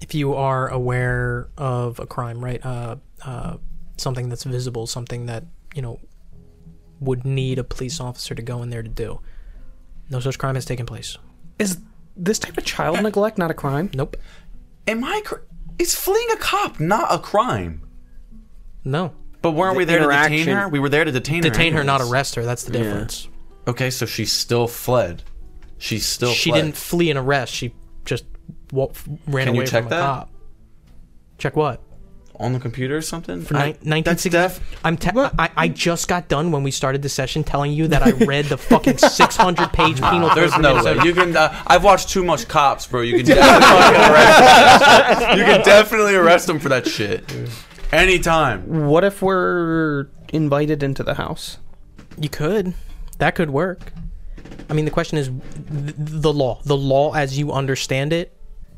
if you are aware of a crime, right? Uh, uh, something that's visible, something that you know would need a police officer to go in there to do. No such crime has taken place.
Is this type of child neglect not a crime?
Nope.
Am I? Cr- is fleeing a cop not a crime?
No.
But weren't
The
we there to detain
interaction-
her? We were there to detain her.
Detain her, not
anyways.
arrest her. That's the difference.
Okay, so she still fled. She still.
she
fled.
didn't flee an arrest. She just wa- f- ran
Can you
away
check
from
that?
a cop. Check what?
on the computer or something.
For
I-
ni- 1960 I'm te- I, I just got done when we started the session telling you that I read the
*laughs*
fucking 600 page
Nah, *laughs*
penal
there's
code.
no way you can. Uh, I've watched too much cops, bro.
*laughs*
You can definitely fucking arrest. You can definitely arrest them for that shit. Anytime.
What if we're invited into the house?
You could. That could work. I mean, the question is th- the law. The law as you understand it,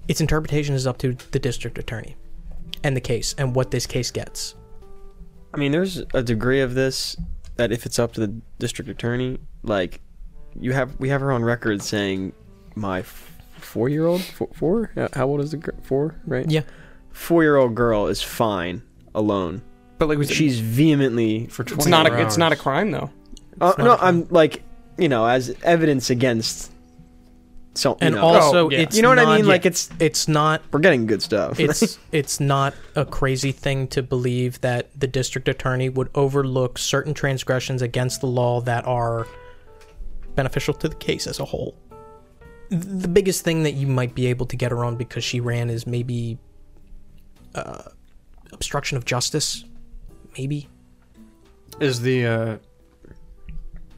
its interpretation is up to the district attorney and the case and what this case gets.
I mean, there's a degree of this that if it's up to the district attorney, like you have, we have her on record saying my f- four-year-old, four, four, Yeah, how old is the girl? Four, right?
Yeah,
four-year-old girl is fine alone.
But like,
she's vehemently for
It's not a. It's not a crime though.
Uh, no, I'm like, you know, as evidence against. So,
And
you know. Oh,
also, it's
you know what
not-
I mean.
yeah,
Like it's
it's not.
We're getting good stuff. *laughs*
it's *laughs* it's not a crazy thing to believe that the district attorney would overlook certain transgressions against the law that are beneficial to the case as a whole. The biggest thing that you might be able to get her on because she ran is maybe uh, obstruction of justice, maybe.
Is the uh,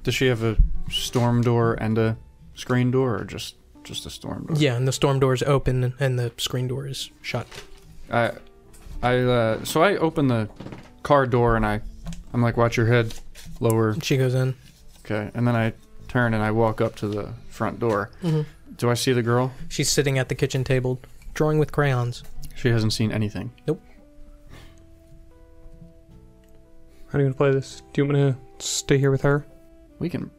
does she have a storm door and a screen door, or just just a storm door?
Yeah, and the storm door is open and the screen door is shut.
I, I uh, so I open the car door and I, I'm like, watch your head, lower.
She goes in.
Okay, and then I turn and I walk up to the front door.
Mhm.
Do I see the girl?
She's sitting at the kitchen table, drawing with crayons.
She hasn't seen anything.
Nope.
How are you gonna play this? Do you want me to stay here with her?
We can.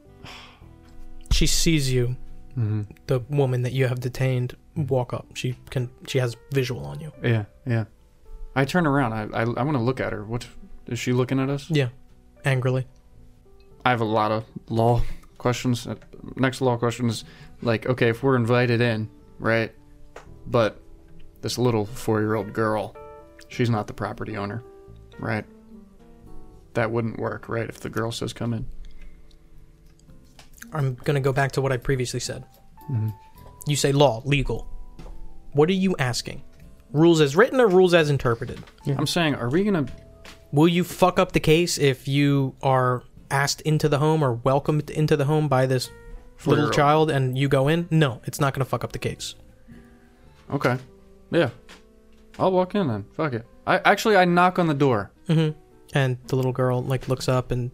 She sees you,
Mhm.
the woman that you have detained, walk up. She can. She has visual on you.
Yeah, yeah. I turn around. I I, I want to look at her. What is she looking at us?
Yeah, angrily.
I have a lot of law questions. Uh, Next law question is like, okay, if we're invited in, right? But this little four-year-old girl, she's not the property owner, right? That wouldn't work, right? If the girl says come in,
I'm gonna go back to what I previously said.
Mhm.
You say law, legal. What are you asking? Rules as written or rules as interpreted?
I'm saying, are we gonna?
Will you fuck up the case if you are asked into the home or welcomed into the home by this little
Four-year-old.
child and you go in? No, it's not gonna fuck up the case.
okay, yeah, I'll walk in then. Fuck it. I actually I knock on the door.
Mm-hmm. And the little girl like looks up and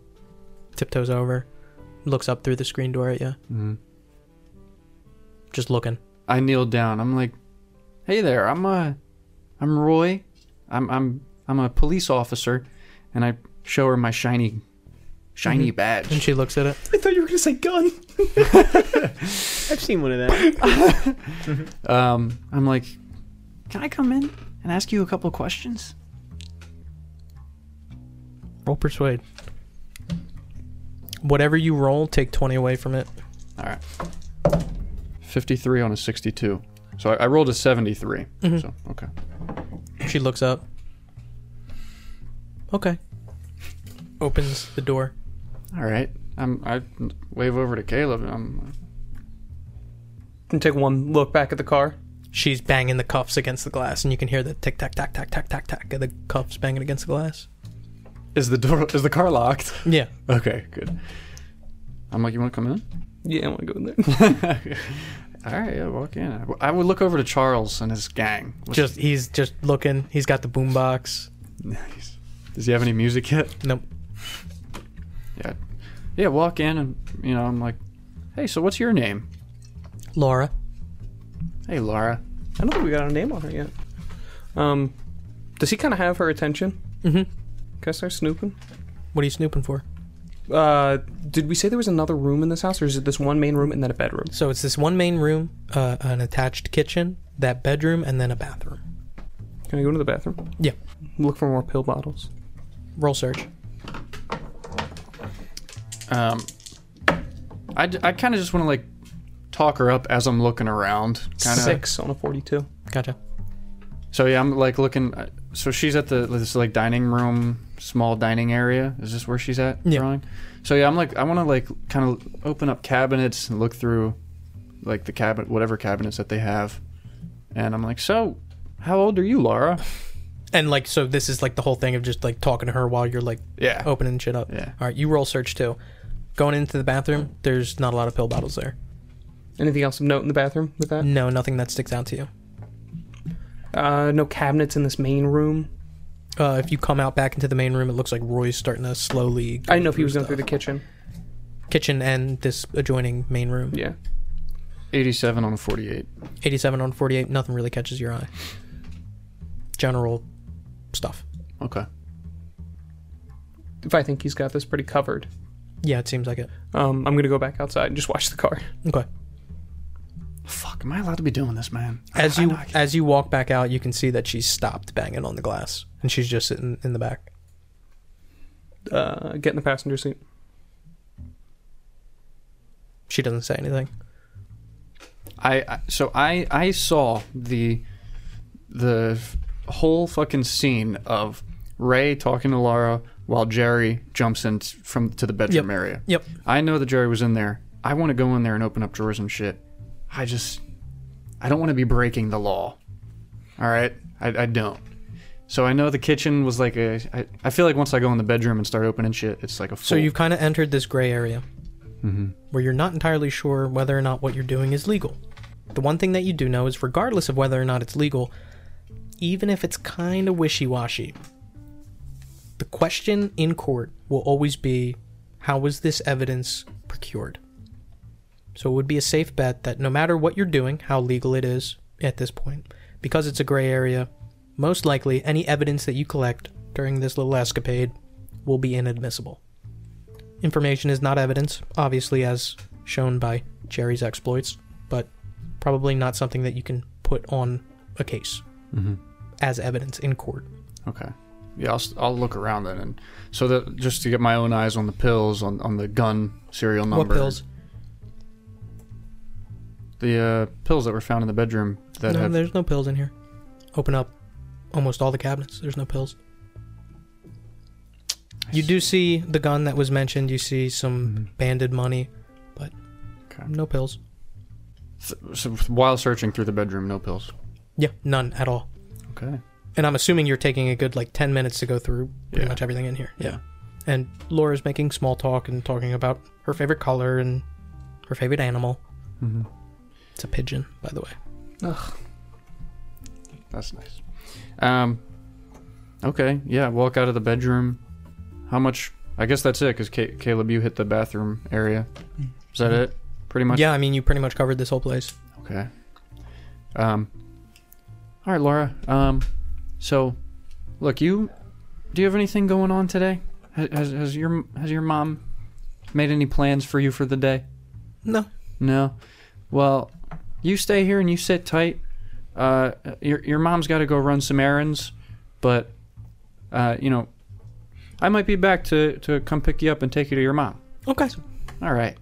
tiptoes over, looks up through the screen door at you,
Mhm.
just looking.
I kneel down. I'm like, "Hey there. I'm uh, I'm Roy. I'm I'm I'm a police officer," and I show her my shiny
shiny
Mhm.
badge.
And she looks at it.
I thought you were gonna say gun.
I've seen one of that.
Um, I'm like,
Can I come in and ask you a couple of questions?
Roll persuade. Whatever you roll, take twenty away from it.
All right. 53 on a 62. So I, I rolled a 73.
Mhm.
So, okay.
She looks up. Okay. Opens the door.
All right. I'm, I wave over to Caleb. And I'm,
And take one look back at the car.
She's banging the cuffs against the glass, and you can hear the tick tack tack tack tack tack tack of the cuffs banging against the glass.
is the door is the car locked?
Yeah.
Okay, good. I'm like, you want to come in?
Yeah, I want to go in *laughs* there.
All right, yeah, walk in. I w- I would look over to Charles and his gang. What's-
Just he's just looking. He's got the boombox.
Nice. *laughs* Does he have any music yet?
Nope.
Yeah. Yeah, walk in and, you know, I'm like, hey, so what's your name?
Laura.
Hey, Laura.
I don't think we got a name on her yet. Um, does he kind of have her attention?
Mm-hmm.
Can I start snooping?
What are you snooping for?
Uh, did we say there was another room in this house, or is it this one main room and then a bedroom?
So it's this one main room, uh, an attached kitchen, that bedroom, and then a bathroom.
Can I go into the bathroom?
Yeah.
Look for more pill bottles.
Roll search.
Um, I, d- I kind of just want to, like, talk her up as I'm looking around. Kinda.
Six on a forty-two.
Gotcha.
So, yeah, I'm, like, looking. uh, So she's at the, this, like, dining room, small dining area. Is this where she's at?
Yeah.
Drawing? So, yeah, I'm, like, I want to, like, kind of open up cabinets and look through, like, the cabinet, whatever cabinets that they have. And I'm like, so, how old are you, Laura?
And like, so this is like the whole thing of just like talking to her while you're like
Yeah.
opening shit up.
Yeah.
All right, you roll search too. Going into the bathroom, there's not a lot of pill bottles there.
Anything else of note in the bathroom with that?
No, nothing that sticks out to you.
Uh, no cabinets in this main room.
Uh, if you come out back into the main room, it looks like Roy's starting to slowly.
I didn't know if he was going
stuff.
through the kitchen.
kitchen and this adjoining main room.
Yeah.
87 on a 48.
87 on 48, nothing really catches your eye. General stuff.
Okay.
If I think he's got this pretty covered,
Yeah, it seems like it.
um, I'm going to go back outside and just watch the car.
Okay.
Fuck, am I allowed to be doing this, man?
As you as you walk back out, you can see that she's stopped banging on the glass and she's just sitting in the back.
Uh, get in the passenger seat.
She doesn't say anything.
I I- so I I saw the the f- whole fucking scene of Ray talking to Laura while Jerry jumps in t- from to the bedroom area.
Yep.
I know that Jerry was in there. I want to go in there and open up drawers and shit. I just I don't want to be breaking the law. All right, I, I don't. So I know the kitchen was like a. I, I feel like once I go in the bedroom and start opening shit, it's like a. Full,
So you've kind of entered this gray area where you're not entirely sure whether or not what you're doing is legal. The one thing that you do know is, regardless of whether or not it's legal, even if it's kind of wishy washy, the question in court will always be how was this evidence procured? So it would be a safe bet that no matter what you're doing, how legal it is at this point, because it's a gray area, most likely any evidence that you collect during this little escapade will be inadmissible. Information is not evidence, obviously, as shown by Jerry's exploits, but probably not something that you can put on a case
Mhm.
as evidence in court.
Okay. Yeah, I'll, s- I'll look around then, and so that just to get my own eyes on the pills, on, on the gun serial number.
What pills?
The uh, pills that were found in the bedroom that
no,
had.
there's no pills in here. Open up almost all the cabinets. There's no pills. You do see the gun that was mentioned. You see some banded money, but
Mm-hmm. Okay.
no pills.
So while searching through the bedroom, no pills.
Yeah, none at all.
Okay.
And I'm assuming you're taking a good like 10 minutes to go through pretty
Yeah.
much everything in here. Yeah. And Laura's making small talk and talking about her favorite color and her favorite animal.
Mhm.
It's a pigeon, by the way.
That's nice. Um. Okay. Yeah. Walk out of the bedroom. How much? I guess that's it. Cause Ca- Caleb, you hit the bathroom area. Is
Mm-hmm.
that it? Pretty much.
Yeah, I mean, you pretty much covered this whole place.
Okay. Um. All right, Laura. Um. So, look, you. Do you have anything going on today? Has, has, has your has your mom made any plans for you for the day?
No.
No. Well, you stay here and you sit tight. Uh, your your mom's got to go run some errands, but uh, you know, I might be back to to come pick you up and take you to your mom.
Okay.
All right.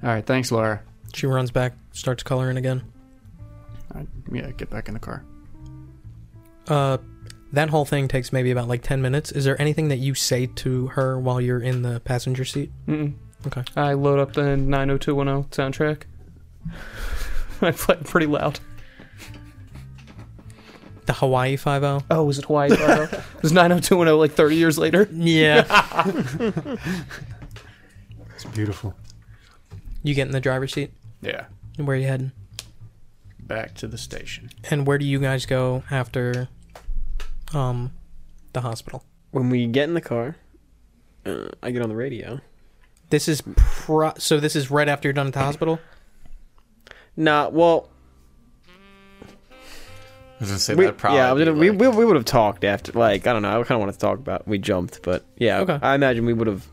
All right. Thanks, Laura.
She runs back, starts coloring again.
yeah, get back in the car.
Uh, that whole thing takes maybe about like 10 minutes. Is there anything that you say to her while you're in the passenger seat?
Mm-mm.
Okay.
I load up the 90210 soundtrack. *laughs* I play it pretty loud.
The Hawaii 50.
Oh, is it Hawaii 50? *laughs* Is 90210 oh, like 30 years later?
*laughs* Yeah.
It's beautiful.
you get in the driver's seat?
Yeah.
And where are you heading?
Back to the station.
And where do you guys go after um the hospital?
When we get in the car, uh, I get on the radio.
This is pro- so this is right after you're done at the hospital?
Nah, well,
I was gonna say
we,
that probably.
yeah, I was gonna- *laughs* we, we, we would have talked after. Like, I don't know. I kind of want to talk about. We jumped, but yeah,
Okay.
I imagine we would have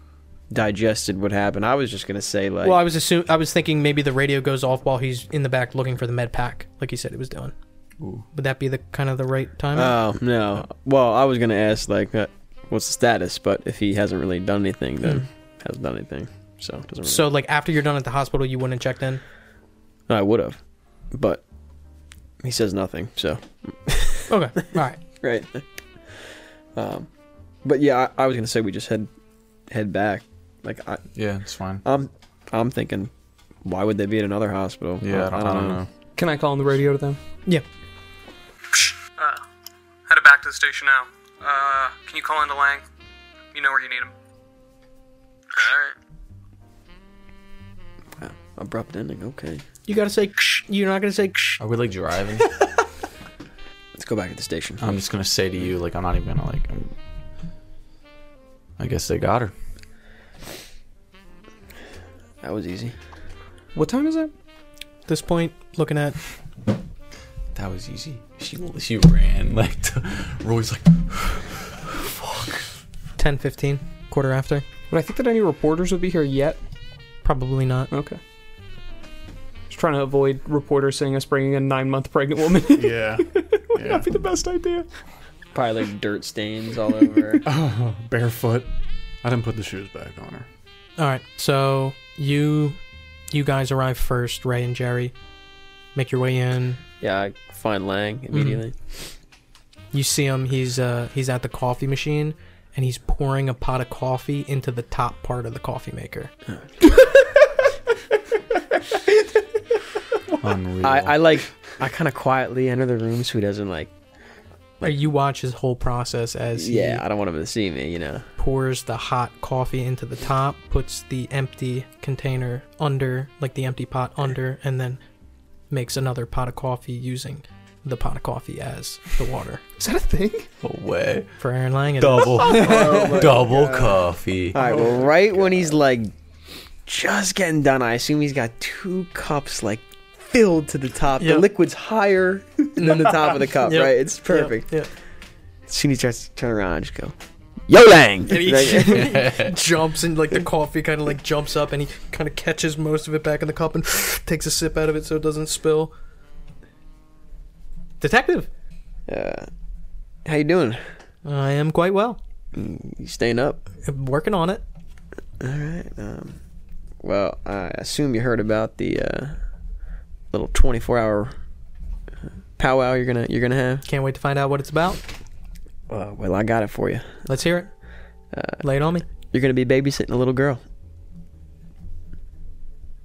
digested what happened. I was just gonna say like,
well, I was assume I was thinking maybe the radio goes off while he's in the back looking for the med pack, like he said he was doing. Would that be the kind of the right time?
Uh,
oh no. Well, I was gonna ask like, uh, what's the status? But if he hasn't really done anything, then hasn't done anything. Hmm. So doesn't. Really
Hmm. so like after you're done at the hospital, you wouldn't have checked in.
I would have, but he says nothing. So
*laughs*
Okay, all right.
right. *laughs* Um, but yeah, I, I was gonna say we just head head back. Like I,
Yeah, it's fine.
I'm I'm thinking, why would they be at another hospital?
Yeah, I don't, I don't know.
Can I call on the radio to them?
Yeah.
Uh, headed back to the station now. Uh, can you call into Lang? You know where you need him. Alright.
Wow, abrupt ending. Okay,
You gotta say "Ksh." you're not gonna say "Ksh."
Are we
*laughs*
like driving?
let's go back at the station.
I'm just gonna say to you, like, I'm not even gonna like. I'm, I guess they got her.
*laughs* That was easy.
What time is it?
At this point, looking at
That was easy. She she
*laughs*
ran like. Roy's like,
ten fifteen, quarter after.
Would I think that any reporters would be here yet?
Probably not.
Okay. Just trying to avoid reporters seeing us bringing a nine month pregnant woman in. *laughs*
Yeah.
Would not be the best idea.
Probably like dirt stains all over.
Oh, barefoot. I didn't put the shoes back on her.
All right, so you you guys arrive first, Ray and Jerry. Make your way in.
*laughs* yeah, I find Lang immediately.
You see him. He's uh he's at the coffee machine and he's pouring a pot of coffee into the top part of the coffee maker.
Unreal.
I, I like *laughs* I kind of quietly enter the room so he doesn't like.
Like, you watch his whole process as he
Yeah, I don't want him to see me. You know.
pours the hot coffee into the top, puts the empty container under, like the empty pot under, and then makes another pot of coffee using the pot of coffee as the water.
*laughs* Is that a thing?
away.
For Aaron Lang, it
*laughs*
is- *laughs*
*laughs*
Double, Oh
my
*laughs* double coffee.
All right. Well, right when he's like just getting done, I assume he's got two cups like filled to the top. The
Yep.
liquid's higher than the top of the cup,
Yep.
right? It's
Yep,
perfect.
yep.
As soon as he tries to turn around, I just go, Yo Lang!
And he
Right?
jumps and like the coffee kind of like jumps up and he kind of catches most of it back in the cup and *sighs* takes a sip out of it so it doesn't spill. Detective,
*laughs* uh, how you doing?
I am quite well.
You staying up?
I'm working on it.
All right. Um, well, I assume you heard about the uh, little 24-hour uh, powwow you're gonna you're gonna have.
Can't wait to find out what it's about.
Uh, well, I got it for you.
Let's hear it.
Uh,
Lay it on me.
You're gonna be babysitting a little girl.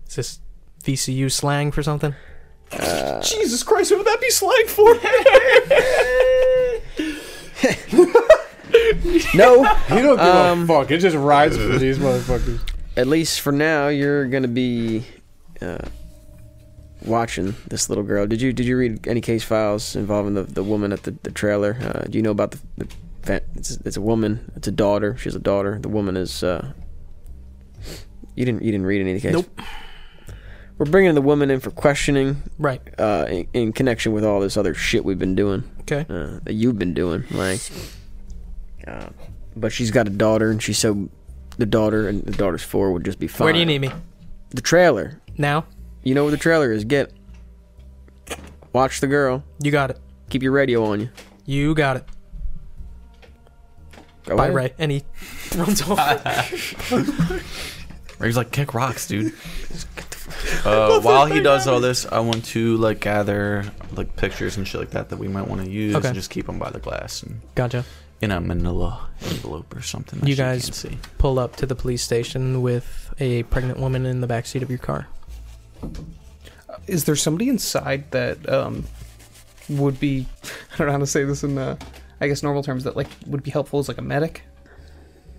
Is this VCU slang for something?
Jesus Christ, what would that be slang for?
No.
You don't give
Um,
a fuck. It
*laughs*
just rides for these motherfuckers.
at least for now, you're gonna be uh, watching this little girl. Did you did you read any case files involving the, the woman at the, the trailer? Uh, do you know about the, the fa- it's, it's a woman. It's a daughter. She has a daughter. The woman is. Uh, you didn't you didn't read any of the case.
Nope.
We're bringing the woman in for questioning
Right.
uh, in, in connection with all this other shit we've been doing
Okay.
uh, that you've been doing, like. Uh, but she's got a daughter, and she said the daughter and the daughter's four would just be fine.
Where do you need me?
The trailer.
Now?
You know where the trailer is. Get. it. Watch the girl.
You got it.
Keep your radio on you.
You got it.
Go
Bye,
ahead.
Ray. And he runs off.
Ray's like, kick
*laughs*
rocks, dude.
Uh,
while he does all this, I want to like gather like pictures and shit like that that we might want to use
Okay.
and just keep them by the glass and
*laughs* Gotcha.
in a Manila envelope or something. that
you
she
guys
can see.
pull up to the police station with a pregnant woman in the backseat of your car.
*laughs* Is there somebody inside that um, would be? *laughs* I don't know how to say this in uh, I guess normal terms that like would be helpful as like a medic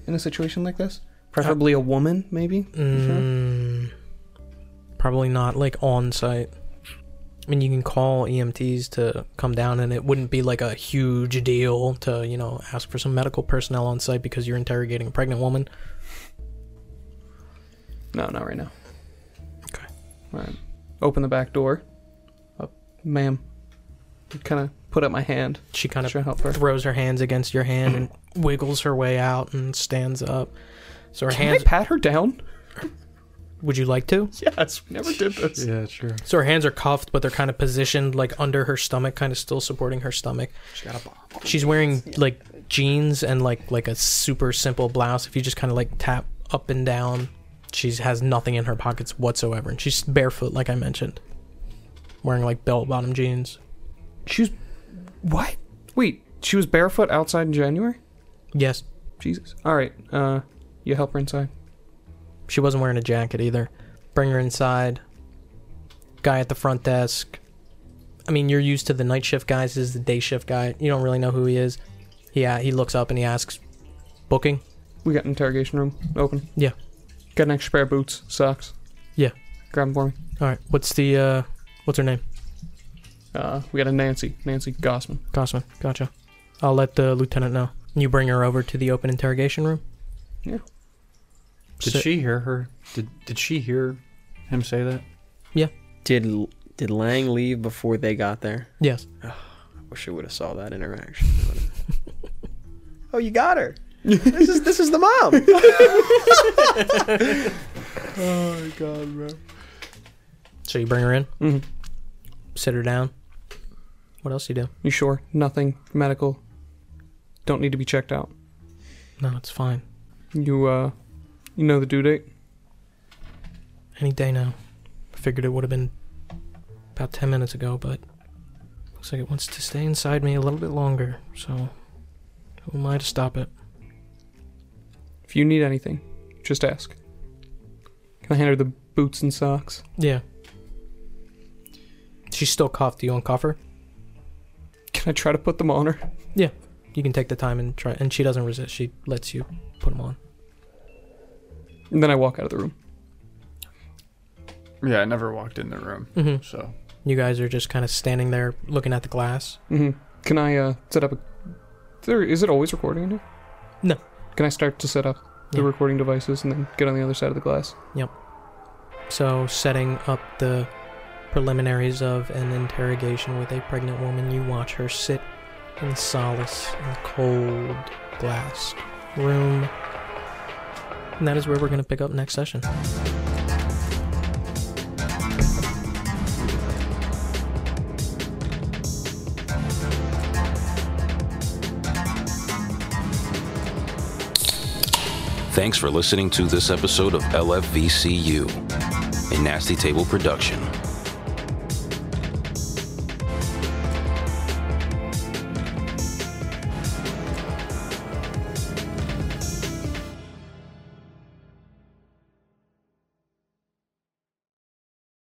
in a situation like this, preferably a woman, maybe.
Mm, Probably not like on site. I mean, you can call EMTs to come down, and it wouldn't be like a huge deal to, you know, ask for some medical personnel on site because you're interrogating a pregnant woman.
No, not right now. Okay. All right. Open the back door. Uh, ma'am. Kind of put up my hand.
She kind
of help her.
Throws her hands against your hand and wiggles her way out and stands up. So her
Can I
hands.
pat her down?
Would you like to?
*laughs* Yes, we never did this.
Yeah, sure.
So her hands are cuffed, but they're kind of positioned like under her stomach, kind of still supporting her stomach.
She got a bomb.
She's wearing like jeans and like like a super simple blouse. If you just kind of like tap up and down, she has nothing in her pockets whatsoever, and she's barefoot, like I mentioned, wearing like belt bottom jeans.
She was what? Wait, she was barefoot outside in January.
Yes.
Jesus. All right. Uh, you help her inside.
She wasn't wearing a jacket either. Bring her inside. Guy at the front desk. I mean, you're used to the night shift guys. This is the day shift guy. You don't really know who he is. Yeah, he looks up and he asks, "Booking?"
We got an interrogation room open.
Yeah.
Got an extra pair of boots, socks.
Yeah.
Grab them for me.
All right. What's the uh, what's her name?
Uh, we got a Nancy, Nancy Gossman.
Gossman. Gotcha. I'll let the lieutenant know. You bring her over to the open interrogation room.
Yeah.
Did
So-
she hear her? Did Did she hear him say that?
Yeah.
Did did Lang leave before they got there?
Yes.
I wish I would have saw that *laughs* interaction.
Oh, you got her. this is this is the mom.
oh my god, bro.
So you bring her in.
Mm-hmm.
Sit her down. What else you do?
You sure? Nothing medical. Don't need to be checked out.
No, it's fine.
You uh, you know the due date.
Any day now. I figured it would have been about ten minutes ago, but looks like it wants to stay inside me a little bit longer. So who am I to stop it?
If you need anything, just ask. Can I hand her the boots and socks?
Yeah. She's still cuffed. Do you uncuff her?
Can I try to put them on her?
Yeah. You can take the time and try. And she doesn't resist. She lets you put them on.
And then I walk out of the room.
Yeah, I never walked in the room.
Mhm.
So
You guys are just kind of standing there looking at the glass.
Mm-hmm. Can I uh, set up a? Is There is it always recording in here?
No.
Can I start to set up the
Yeah.
recording devices and then get on the other side of the glass?
Yep. So, setting up the preliminaries of an interrogation with a pregnant woman, you watch her sit in solace in a cold glass room. And that is where we're going to pick up next session.
Thanks for listening to this episode of LFVCU, a Nasty Table production.